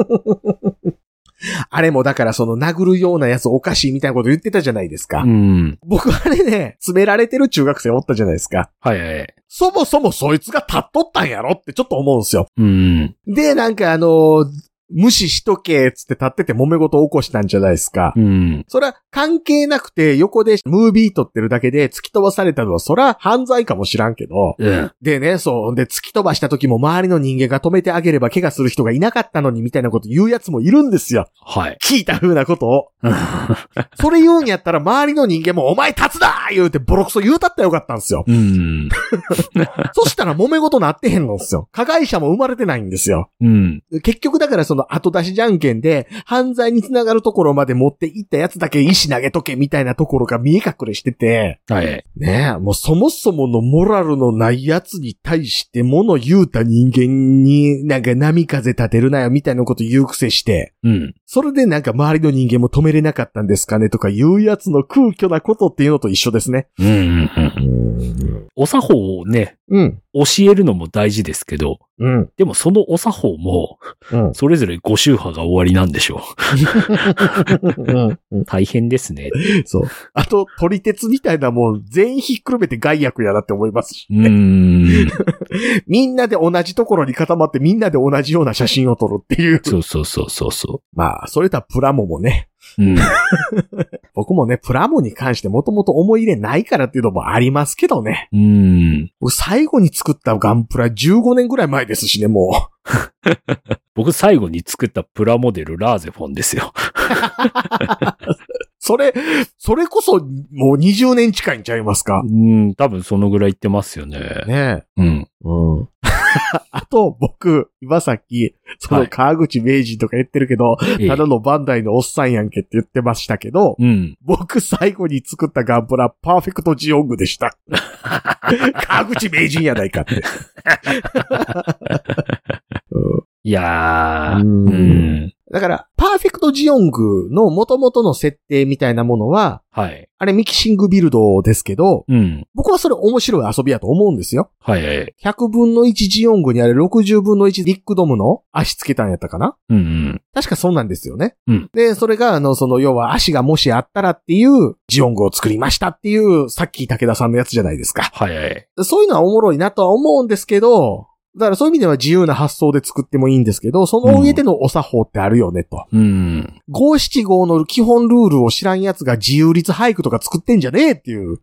[SPEAKER 2] あれもだからその殴るようなやつおかしいみたいなこと言ってたじゃないですか。
[SPEAKER 3] うん。
[SPEAKER 2] 僕あれね、詰められてる中学生おったじゃないですか。
[SPEAKER 3] はいはい。
[SPEAKER 2] そもそもそいつが立っとったんやろってちょっと思うんですよ。
[SPEAKER 3] うん。
[SPEAKER 2] で、なんかあのー無視しとけっつって立ってて揉め事起こしたんじゃないですか。
[SPEAKER 3] うん。
[SPEAKER 2] そら関係なくて横でムービー撮ってるだけで突き飛ばされたのはそら犯罪かもしらんけど。
[SPEAKER 3] うん。
[SPEAKER 2] でね、そう。で、突き飛ばした時も周りの人間が止めてあげれば怪我する人がいなかったのにみたいなこと言うやつもいるんですよ。
[SPEAKER 3] はい。
[SPEAKER 2] 聞いた風なことを。
[SPEAKER 3] う
[SPEAKER 2] それ言うんやったら周りの人間もお前立つだ言うてボロクソ言うたったらよかったんですよ。
[SPEAKER 3] ん。
[SPEAKER 2] そしたら揉め事なってへんのっすよ。加害者も生まれてないんですよ。
[SPEAKER 3] うん。
[SPEAKER 2] 結局だからその後出しじゃんけんで、犯罪につながるところまで持っていったやつだけ石投げとけみたいなところが見え隠れしてて、
[SPEAKER 3] はい。
[SPEAKER 2] ねえ、もうそもそものモラルのないやつに対して物言うた人間になんか波風立てるなよみたいなこと言うくせして、
[SPEAKER 3] うん。
[SPEAKER 2] それでなんか周りの人間も止めれなかったんですかねとか言うやつの空虚なことっていうのと一緒ですね。
[SPEAKER 3] うんうん。お作法をね、
[SPEAKER 2] うん。
[SPEAKER 3] 教えるのも大事ですけど、
[SPEAKER 2] うん。
[SPEAKER 3] でもそのお作法も、
[SPEAKER 2] うん。
[SPEAKER 3] それぞれご宗派が終わりなんでしょう。
[SPEAKER 2] うん。
[SPEAKER 3] 大変ですね。
[SPEAKER 2] そう。あと、撮り鉄みたいなもん、全員ひっくるめて害悪やなって思いますし。
[SPEAKER 3] うん。
[SPEAKER 2] みんなで同じところに固まってみんなで同じような写真を撮るっていう。
[SPEAKER 3] そうそうそうそうそ
[SPEAKER 2] まあ、それとはプラモもね。
[SPEAKER 3] う。うん。
[SPEAKER 2] 僕もね、プラモに関してもともと思い入れないからっていうのもありますけどね。
[SPEAKER 3] うん。
[SPEAKER 2] 僕最後に作ったガンプラ15年ぐらい前ですしね、も
[SPEAKER 3] 僕最後に作ったプラモデルラーゼフォンですよ。
[SPEAKER 2] う。それ、それこそもう20年近いんちゃいますか。
[SPEAKER 3] うん、多分そのぐらい言ってますよね。
[SPEAKER 2] ねえ。
[SPEAKER 3] うん。
[SPEAKER 2] うん。あと、僕、今さっき、その川口名人とか言ってるけど、
[SPEAKER 3] ええ
[SPEAKER 2] ただのバンダイのおっさんやんけって言ってましたけど、
[SPEAKER 3] うん。
[SPEAKER 2] 僕最後に作ったガンプラ、パーフェクトジオングで した。川口名人やないかって。
[SPEAKER 3] いやー。
[SPEAKER 2] うん
[SPEAKER 3] うん。
[SPEAKER 2] だから、パーフェクトジオングの元々の設定みたいなものは、
[SPEAKER 3] はい。
[SPEAKER 2] あれミキシングビルドですけど、
[SPEAKER 3] うん。
[SPEAKER 2] 僕はそれ面白い遊びやと思うんですよ。
[SPEAKER 3] はいはい。
[SPEAKER 2] 100分の1ジオングにあれ60分の1リックドムの足つけたんやったかな
[SPEAKER 3] うん
[SPEAKER 2] 確かそうなんですよね。
[SPEAKER 3] うん
[SPEAKER 2] で、それが、あの、その、要は足がもしあったらっていう、ジオングを作りましたっていう、さっき武田さんのやつじゃないですか。
[SPEAKER 3] はいはい。
[SPEAKER 2] そういうのはおもろいなとは思うんですけど、だからそういう意味では自由な発想で作ってもいいんですけど、その上でのお作法ってあるよねと。
[SPEAKER 3] うん。
[SPEAKER 2] 五七五の基本ルールを知らん奴が自由律俳句とか作ってんじゃねえっていう。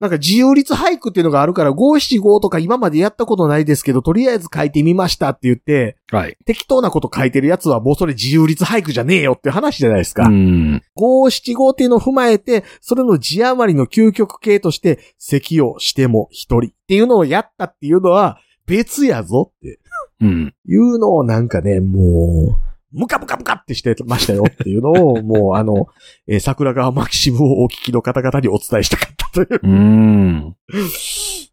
[SPEAKER 2] なんか自由律俳句っていうのがあるから、五七五とか今までやったことないですけど、とりあえず書いてみましたって言って、
[SPEAKER 3] はい。
[SPEAKER 2] 適当なこと書いてるやつはもうそれ自由律俳句じゃねえよっていう話じゃないです
[SPEAKER 3] う
[SPEAKER 2] か。
[SPEAKER 3] ん。
[SPEAKER 2] 五七五っていうのを踏まえて、それの字余りの究極形として、咳をしても一人っていうのをやったっていうのは、別やぞって
[SPEAKER 3] うん。
[SPEAKER 2] いうのをなんかね、もう、ムカムカムカってしてましたよっていうの を、もうあの、えー桜川マキシムをお聞きの方々にお伝えしたかったという。
[SPEAKER 3] うん。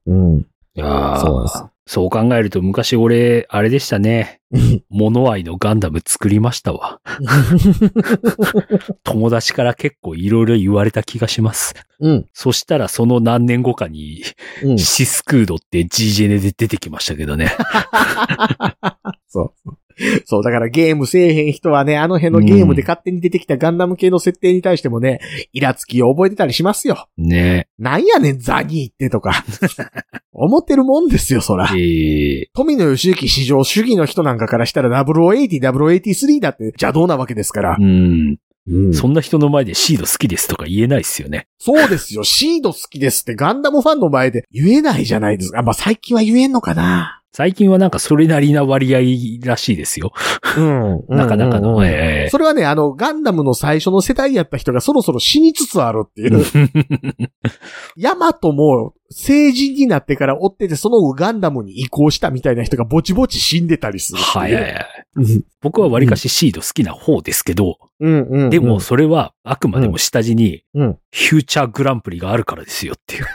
[SPEAKER 2] うん。
[SPEAKER 3] いや
[SPEAKER 2] そうなん
[SPEAKER 3] ー
[SPEAKER 2] です
[SPEAKER 3] そう考えると昔俺、あれでした ね。物愛のガンダム作りましたわ。 友達から結構いろいろ言われた気がします。
[SPEAKER 2] うん。
[SPEAKER 3] そしたらその何年後かに、
[SPEAKER 2] うん。
[SPEAKER 3] シスクードって G ジェネで出てきましたけ どね。
[SPEAKER 2] そう、だからゲームせえへん人はね、あの辺のゲームで勝手に出てきたガンダム系の設定に対してもね、イラつきを覚えてたりしますよ。
[SPEAKER 3] ね
[SPEAKER 2] なんやねん、ザニーってとか。 思ってるもんですよ、そら。
[SPEAKER 3] ええ
[SPEAKER 2] 富野義行市場主義の人なんかからしたら0080、0083だって邪道なわけですから。
[SPEAKER 3] うん。
[SPEAKER 2] うん
[SPEAKER 3] そんな人の前でシード好きですとか言えないっすよね。
[SPEAKER 2] そうですよ、シード好きですってガンダムファンの前で言えないじゃないですか。まあ、最近は言えんのかな。
[SPEAKER 3] 最近はなんかそれなりな割合らしいですよ。
[SPEAKER 2] うん。
[SPEAKER 3] なかなかの。ええ
[SPEAKER 2] それはね、あの、ガンダムの最初の世代やった人がそろそろ死につつあるっていう。ヤマトも成人になってから追ってて、その後ガンダムに移行したみたいな人がぼちぼち死んでたりするって
[SPEAKER 3] はいはいは。い。
[SPEAKER 2] うん
[SPEAKER 3] 僕は割かしシード好きな方ですけど、
[SPEAKER 2] うんうんうん
[SPEAKER 3] でも、それはあくまでも下地に、
[SPEAKER 2] うんうん
[SPEAKER 3] フューチャーグランプリがあるからですよっ ていう。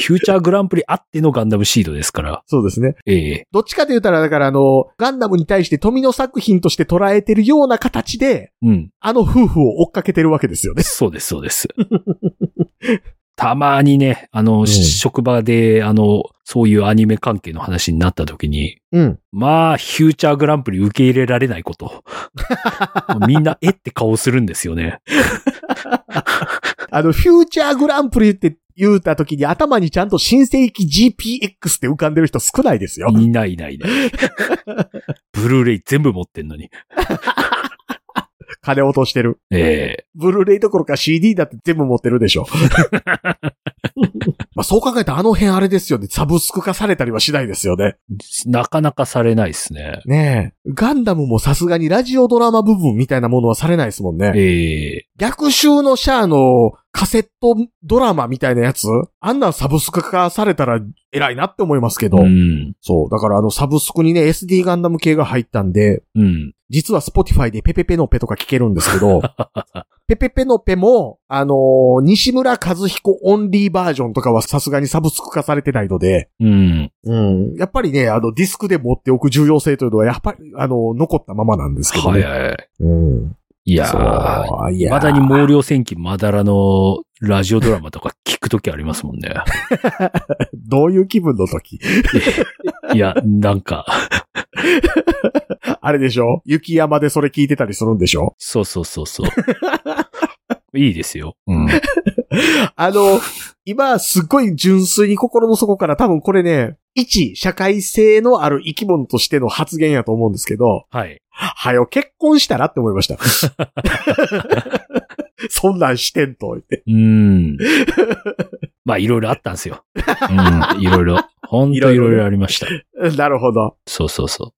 [SPEAKER 3] フューチャーグランプリあってのガンダムシードですから、
[SPEAKER 2] そうですね。
[SPEAKER 3] ええ
[SPEAKER 2] どっちかと言ったら、だからあの、ガンダムに対して富の作品として捉えてるような形で、
[SPEAKER 3] うん、
[SPEAKER 2] あの夫婦を追っかけてるわけですよね。
[SPEAKER 3] そうです、そうです。たまにね、あの、
[SPEAKER 2] ん
[SPEAKER 3] 職場で、あの、そういうアニメ関係の話になった時に、
[SPEAKER 2] うん。
[SPEAKER 3] まあ、フューチャーグランプリ受け入れられないこと。みんな、えって顔するんですよね。
[SPEAKER 2] あの、フューチャーグランプリって言うた時に頭にちゃんと新世紀 GPX って浮かんでる人少ないですよ。
[SPEAKER 3] いないいないいない。ブルーレイ全部持ってんのに。
[SPEAKER 2] 金落としてる。
[SPEAKER 3] ええ
[SPEAKER 2] ブルーレイどころか CD だって全部持ってるでし ょ。まあそう考えたらあの辺あれですよね。サブスク化されたりはしないですよね。
[SPEAKER 3] なかなかされないですね。
[SPEAKER 2] ねえ。ガンダムもさすがにラジオドラマ部分みたいなものはされないですもんね。
[SPEAKER 3] ええ
[SPEAKER 2] 逆襲のシャアのカセットドラマみたいなやつあんなんサブスク化されたら偉いなって思いますけど。
[SPEAKER 3] うん。
[SPEAKER 2] そう。だからあのサブスクにね、SD ガンダム系が入ったんで、
[SPEAKER 3] うん。
[SPEAKER 2] 実は Spotify でペペペのペとか聞けるんですけ ど、ペペペのペも、あのー西村和彦オンリーバージョンとかはさすがにサブスク化されてないので、
[SPEAKER 3] うん。
[SPEAKER 2] うん。やっぱりね、あの、ディスクで持っておく重要性というのは、やっぱり、あの、残ったままなんですけどね。
[SPEAKER 3] 早い。
[SPEAKER 2] うん。
[SPEAKER 3] い
[SPEAKER 2] い
[SPEAKER 3] やー。
[SPEAKER 2] ー、い
[SPEAKER 3] い
[SPEAKER 2] やー
[SPEAKER 3] まだに毛量戦記まだらのラジオドラマとか聞くときありますもん ね。
[SPEAKER 2] どういう気分の時
[SPEAKER 3] いや、なんか、
[SPEAKER 2] あれでしょ雪山でそれ聞いてたりするんでしょ
[SPEAKER 3] そうそうそ うそう。いいですよ。うん。
[SPEAKER 2] あの、今、すっごい純粋に心の底から多分これね、一、社会性のある生き物としての発言やと思うんですけど、
[SPEAKER 3] はい。
[SPEAKER 2] はよ結婚したらって思いました。 そんなんしてんと、言って。
[SPEAKER 3] うん。 まあ、いろいろあったんですよ。うん。いろいろ。ほんといろいろありました。
[SPEAKER 2] なるほど。
[SPEAKER 3] そうそうそ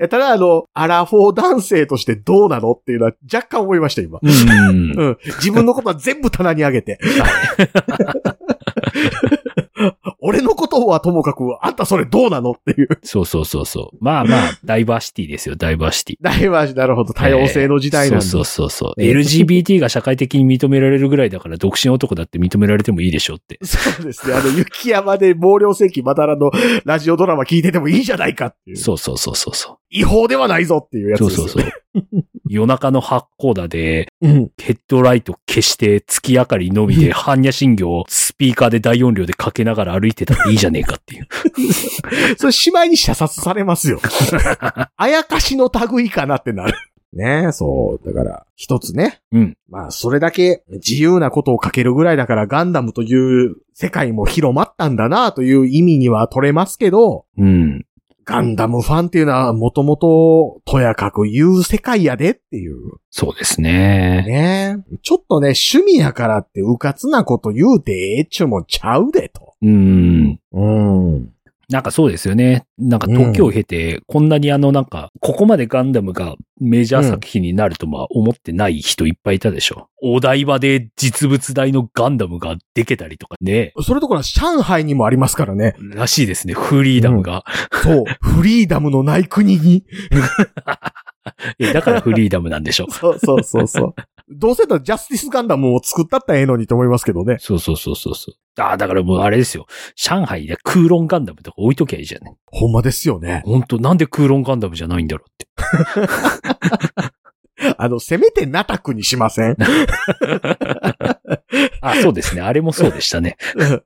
[SPEAKER 2] えただ、あの、アラフォー男性としてどうなのっていうのは若干思いました、今。
[SPEAKER 3] う。うん。
[SPEAKER 2] うん。自分のことは全部棚に上げて。 俺のことはともかく、あんたそれどうなのっていう。
[SPEAKER 3] そうそうそうそう。まあまあ、ダイバーシティですよ、ダイバーシティ。
[SPEAKER 2] ダイバーシなるほど、多様性の時代なんだ。
[SPEAKER 3] そうそうそうそう。
[SPEAKER 2] ね
[SPEAKER 3] LGBT が社会的に認められるぐらいだから、独身男だって認められてもいいでしょうって。
[SPEAKER 2] そうですね。あの、雪山で毛量世紀またらのラジオドラマ聞いててもいいじゃないかっていう。
[SPEAKER 3] そうそうそうそうそ
[SPEAKER 2] 違法ではないぞっていう
[SPEAKER 3] う。
[SPEAKER 2] やつ
[SPEAKER 3] そ
[SPEAKER 2] で
[SPEAKER 3] う
[SPEAKER 2] すよ
[SPEAKER 3] そうそう。夜中の八甲田で、
[SPEAKER 2] うん。
[SPEAKER 3] ヘッドライト消して、月明かりのみで、般若心経をスピーカーで大音量でかけながら歩いてたらいいじゃねえかっていう。
[SPEAKER 2] それ、しまいに射殺されます よ。あやかしの類かなってなる。ねえ、そう。だから、一つね。
[SPEAKER 3] うん。
[SPEAKER 2] まあ、それだけ自由なことをかけるぐらいだから、ガンダムという世界も広まったんだなという意味には取れますけど、
[SPEAKER 3] うん。
[SPEAKER 2] ガンダムファンっていうのは、もともと、とやかく言う世界やでっていう。
[SPEAKER 3] そうですね。
[SPEAKER 2] ねえ。ちょっとね、趣味やからって、うかつなこと言うてええっちゅうもんちゃうでと。
[SPEAKER 3] うん。
[SPEAKER 2] うん。
[SPEAKER 3] なんかそうですよね。なんか時を経て、こんなにあのなんか、ここまでガンダムがメジャー作品になるとは思ってない人いっぱいいたでしょ。お台場で実物大のガンダムがでけたりとかね。
[SPEAKER 2] それどころか上海にもありますからね。
[SPEAKER 3] らしいですね、フリーダムが。
[SPEAKER 2] そう。フリーダムのない国に。。
[SPEAKER 3] えだからフリーダムなんでしょ
[SPEAKER 2] そうそうそうそう。 どうせだジャスティスガンダムを作ったったらええのにと思いますけどね。
[SPEAKER 3] そうそうそうそうそう。ああ、だからもうあれですよ。上海で空論ガンダムとか置いときゃいいじゃんね。
[SPEAKER 2] ほんまですよ ね。
[SPEAKER 3] ほんと、なんで空論ガンダムじゃないんだろうって。
[SPEAKER 2] あの、せめてナタクにしません
[SPEAKER 3] あ、そうですね。あれもそうでした ね。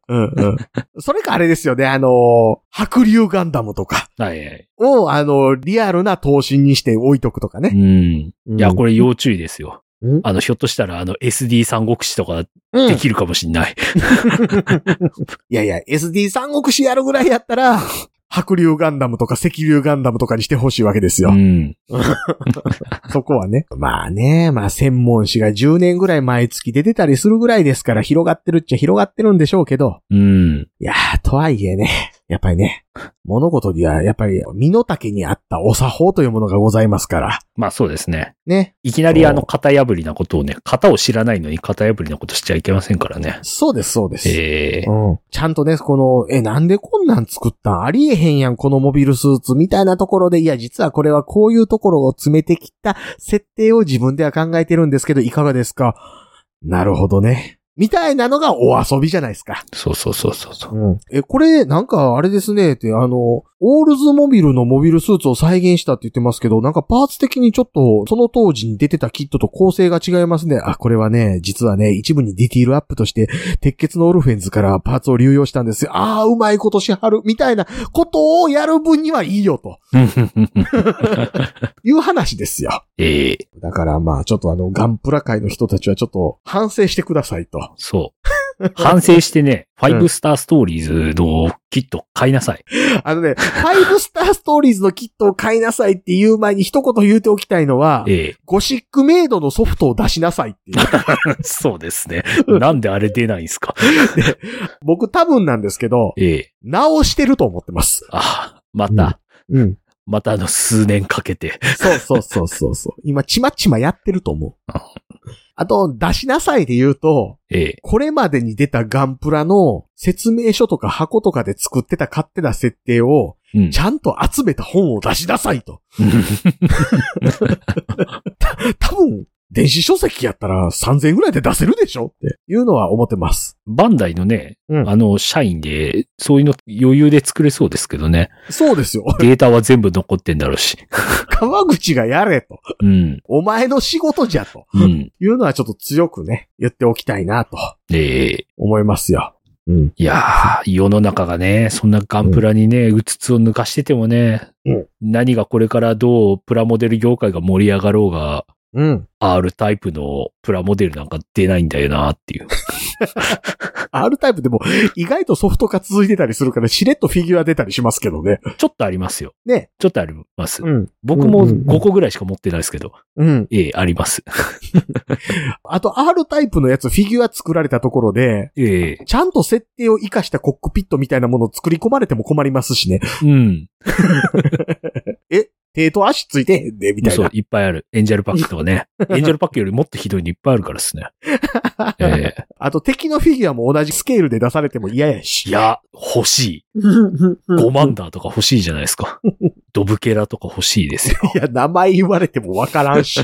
[SPEAKER 2] うんうん。それかあれですよね、あの、白竜ガンダムとか
[SPEAKER 3] はいはい。
[SPEAKER 2] を、あの、リアルな投資にして置いとくとか
[SPEAKER 3] う
[SPEAKER 2] ね。
[SPEAKER 3] ん。いや、こ
[SPEAKER 2] れ、
[SPEAKER 3] れ要注意ですよ
[SPEAKER 2] ん。
[SPEAKER 3] あの、ひょっとしたら、あの、SD 三国志とか
[SPEAKER 2] うん
[SPEAKER 3] できるかもしんない。
[SPEAKER 2] いやいや、SD 三国志やるぐらいやったら、白竜ガンダムとか赤竜ガンダムとかにしてほしいわけですよ。
[SPEAKER 3] うん。
[SPEAKER 2] そこはね。まあね、まあ専門誌が10年ぐらい毎月出てたりするぐらいですから、広がってるっちゃ広がってるんでしょうけど、
[SPEAKER 3] うん。
[SPEAKER 2] いやー、とはいえね、やっぱりね、物事にはやっぱり身の丈に合ったお作法というものがございますから、
[SPEAKER 3] まあそうですね。
[SPEAKER 2] ね。
[SPEAKER 3] いきなり
[SPEAKER 2] そう
[SPEAKER 3] あの、型破りなことをね、型を知らないのに型破りなことしちゃいけませんからね。
[SPEAKER 2] そうです、そうです。
[SPEAKER 3] ええ
[SPEAKER 2] うん、ちゃんとね、この、え、なんでこんなん作ったんありえへんやん、このモビルスーツみたいなところで、いや、実はこれはこういうところを詰めてきた設定を自分では考えてるんですけど、いかがですかなるほどね。みたいなのがお遊びじゃないですか。
[SPEAKER 3] そうそうそうそうそう。
[SPEAKER 2] え、これ、なんかあれですね、って、あの、オールズモビルのモビルスーツを再現したって言ってますけど、なんかパーツ的にちょっと、その当時に出てたキットと構成が違いますね。あ、これはね、実はね、一部にディティールアップとして、鉄血のオルフェンズからパーツを流用したんですよ。ああ、うまいことしはる、みたいなことをやる分にはいいよ、という話ですよ。
[SPEAKER 3] ええ
[SPEAKER 2] だからまあ、ちょっとあの、ガンプラ界の人たちはちょっと反省してくださいと。
[SPEAKER 3] そう。反省してね、ファイブスターストーリーズのキット買いなさい。
[SPEAKER 2] あのね、ファイブスターストーリーズのキットを買いなさいっていう前に一言言うておきたいのは、
[SPEAKER 3] え え
[SPEAKER 2] ゴシックメイドのソフトを出しなさいっていう。
[SPEAKER 3] そうですね。 なんであれ出ないんすか。
[SPEAKER 2] 僕多分なんですけど、
[SPEAKER 3] ええ
[SPEAKER 2] 直してると思ってます。
[SPEAKER 3] ああ、また、
[SPEAKER 2] うん。
[SPEAKER 3] またあの数年かけて。
[SPEAKER 2] そうそうそうそうそう。今、ちまちまやってると思う
[SPEAKER 3] あ。
[SPEAKER 2] あと、出しなさいで言うと、
[SPEAKER 3] ええ
[SPEAKER 2] これまでに出たガンプラの説明書とか箱とかで作ってた勝手な設定を、
[SPEAKER 3] うん
[SPEAKER 2] ちゃんと集めた本を出しなさい と。多分、電子書籍やったら3000円ぐらいで出せるでしょっていうのは思ってます。
[SPEAKER 3] バンダイのね、
[SPEAKER 2] うん
[SPEAKER 3] あの、社員で、そういうの余裕で作れそうですけどね。
[SPEAKER 2] そうですよ。
[SPEAKER 3] データは全部残ってんだろうし。
[SPEAKER 2] 川口がやれと。
[SPEAKER 3] うん。
[SPEAKER 2] お前の仕事じゃと。
[SPEAKER 3] うん。
[SPEAKER 2] いうのはちょっと強くね、言っておきたいなと
[SPEAKER 3] ええ
[SPEAKER 2] 思いますよ。うん。
[SPEAKER 3] いやー、世の中がね、そんなガンプラにね、うつつを抜かしててもね、
[SPEAKER 2] うん
[SPEAKER 3] 何がこれからどうプラモデル業界が盛り上がろうが、
[SPEAKER 2] うん。
[SPEAKER 3] R タイプのプラモデルなんか出ないんだよなっ ていう。
[SPEAKER 2] R タイプでも意外とソフト化続いてたりするからしれっとフィギュア出たりしますけどね。
[SPEAKER 3] ちょっとありますよ。
[SPEAKER 2] ね。
[SPEAKER 3] ちょっとあります。
[SPEAKER 2] ん。
[SPEAKER 3] 僕も5個ぐらいしか持ってないですけど、
[SPEAKER 2] うん。
[SPEAKER 3] ええあります。
[SPEAKER 2] あと R タイプのやつフィギュア作られたところで、
[SPEAKER 3] ええ
[SPEAKER 2] ちゃんと設定を活かしたコックピットみたいなものを作り込まれても困りますしね。
[SPEAKER 3] うん。
[SPEAKER 2] 手と足ついてへんで、みたい
[SPEAKER 3] そう
[SPEAKER 2] な、。
[SPEAKER 3] いっぱいある。エンジェルパックと かね。エンジェルパックよりもっとひどいのいっぱいあるからですね。ええ
[SPEAKER 2] あと敵のフィギュアも同じスケールで出されても嫌やし。
[SPEAKER 3] いや、欲し い。
[SPEAKER 2] 5
[SPEAKER 3] ゴマンダーとか欲しいじゃないで すか。ドブケラとか欲しいですよ。
[SPEAKER 2] いや、名前言われてもわからん し。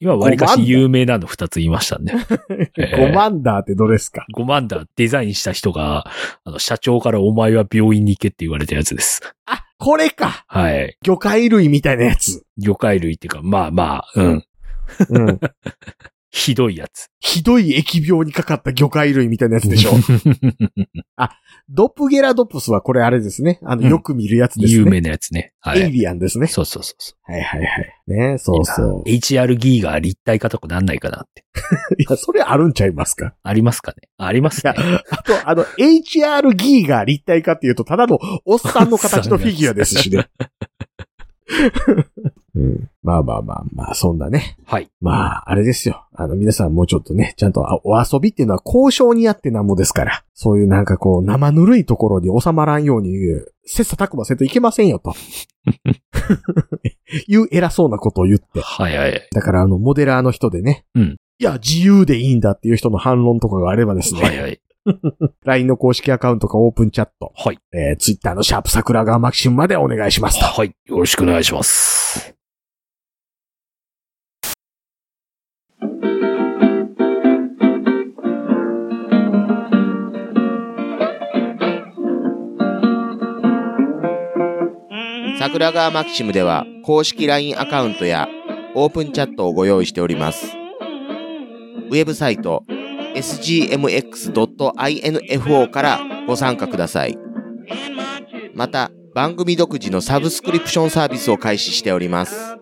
[SPEAKER 3] 今割かし有名なの2つ言いましたね。
[SPEAKER 2] コマンダーってどれですか
[SPEAKER 3] 5万だデザインした人が、あの、社長からお前は病院に行けって言われたやつです。
[SPEAKER 2] あ、これか
[SPEAKER 3] はい。
[SPEAKER 2] 魚介類みたいなやつ。
[SPEAKER 3] 魚介類っていうか、まあまあ、うん。
[SPEAKER 2] うん。
[SPEAKER 3] ひどいやつ。
[SPEAKER 2] ひどい疫病にかかった魚介類みたいなやつ でしょドプゲラドプスはこれあれですね。あの、
[SPEAKER 3] うん
[SPEAKER 2] よく見るやつですね。
[SPEAKER 3] 有名なやつね。は
[SPEAKER 2] エイ
[SPEAKER 3] い。
[SPEAKER 2] リアンですね。
[SPEAKER 3] そうそうそうそ。
[SPEAKER 2] はいはいはい。ねそうそう
[SPEAKER 3] HR ギーが立体化とかなんないかなって。
[SPEAKER 2] う。いや、それあるんちゃいますか
[SPEAKER 3] ありますかねありますね。
[SPEAKER 2] あと、あの、HR ギーが立体化っていうと、ただのおっさんの形のフィギュアですしね。うん。まあまあまあまあ、そんなね。
[SPEAKER 3] はい。
[SPEAKER 2] まあ、あれですよ。あの、皆さんもうちょっとね、ちゃんとあお遊びっていうのは交渉にあってなんぼですから。そういうなんかこう、生ぬるいところに収まらんように、切磋琢磨せんといけませんよ、と。いう偉そうなことを言って。
[SPEAKER 3] はいはい。
[SPEAKER 2] だからあの、モデラーの人でね。
[SPEAKER 3] うん。
[SPEAKER 2] いや、自由でいいんだっていう人の反論とかがあればですね。
[SPEAKER 3] はいはい。
[SPEAKER 2] LINE の公式アカウントかオープンチャット、
[SPEAKER 3] はい。
[SPEAKER 2] えー、Twitter のシャープ桜川マキシムまでお願いしますと。
[SPEAKER 3] はい。よろしくお願いします。
[SPEAKER 1] 桜川マキシムでは公式 LINE アカウントやオープンチャットをご用意しております。ウェブサイト sgmx.info からご参加ください。また、番組独自のサブスクリプションサービスを開始しております。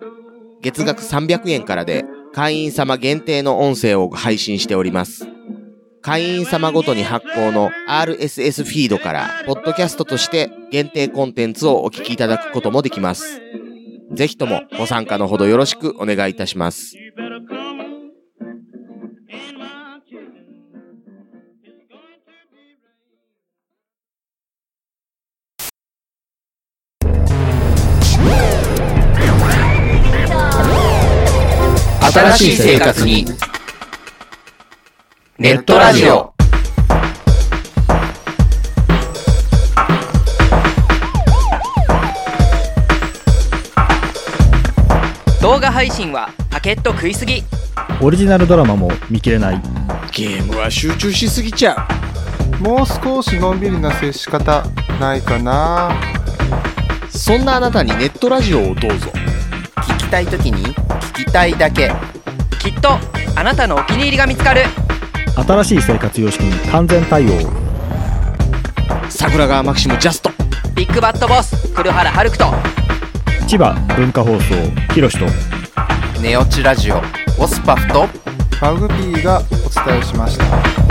[SPEAKER 1] 月額300円からで会員様限定の音声を配信しております。会員様ごとに発行の RSS フィードから、ポッドキャストとして限定コンテンツをお聞きいただくこともできます。ぜひともご参加のほどよろしくお願いいたします。
[SPEAKER 4] 新しい生活に。ネットラジオ。
[SPEAKER 5] 動画配信はパケット食いすぎ
[SPEAKER 6] オリジナルドラマも見切れない
[SPEAKER 1] ゲームは集中しすぎちゃう。
[SPEAKER 7] もう少しのんびりな接し方ないかな
[SPEAKER 1] そんなあなたにネットラジオをどうぞ。
[SPEAKER 4] 聞きたいときに聞きたいだけ。
[SPEAKER 5] きっとあなたのお気に入りが見つかる
[SPEAKER 6] 新しい生活様式に完全対応
[SPEAKER 1] 桜川マキシムジャスト。
[SPEAKER 5] ビッグバットボス黒原遥人
[SPEAKER 6] 千葉文化放送ひろしと
[SPEAKER 4] ネオチラジオ。オスパフと
[SPEAKER 7] マグピーがお伝えしました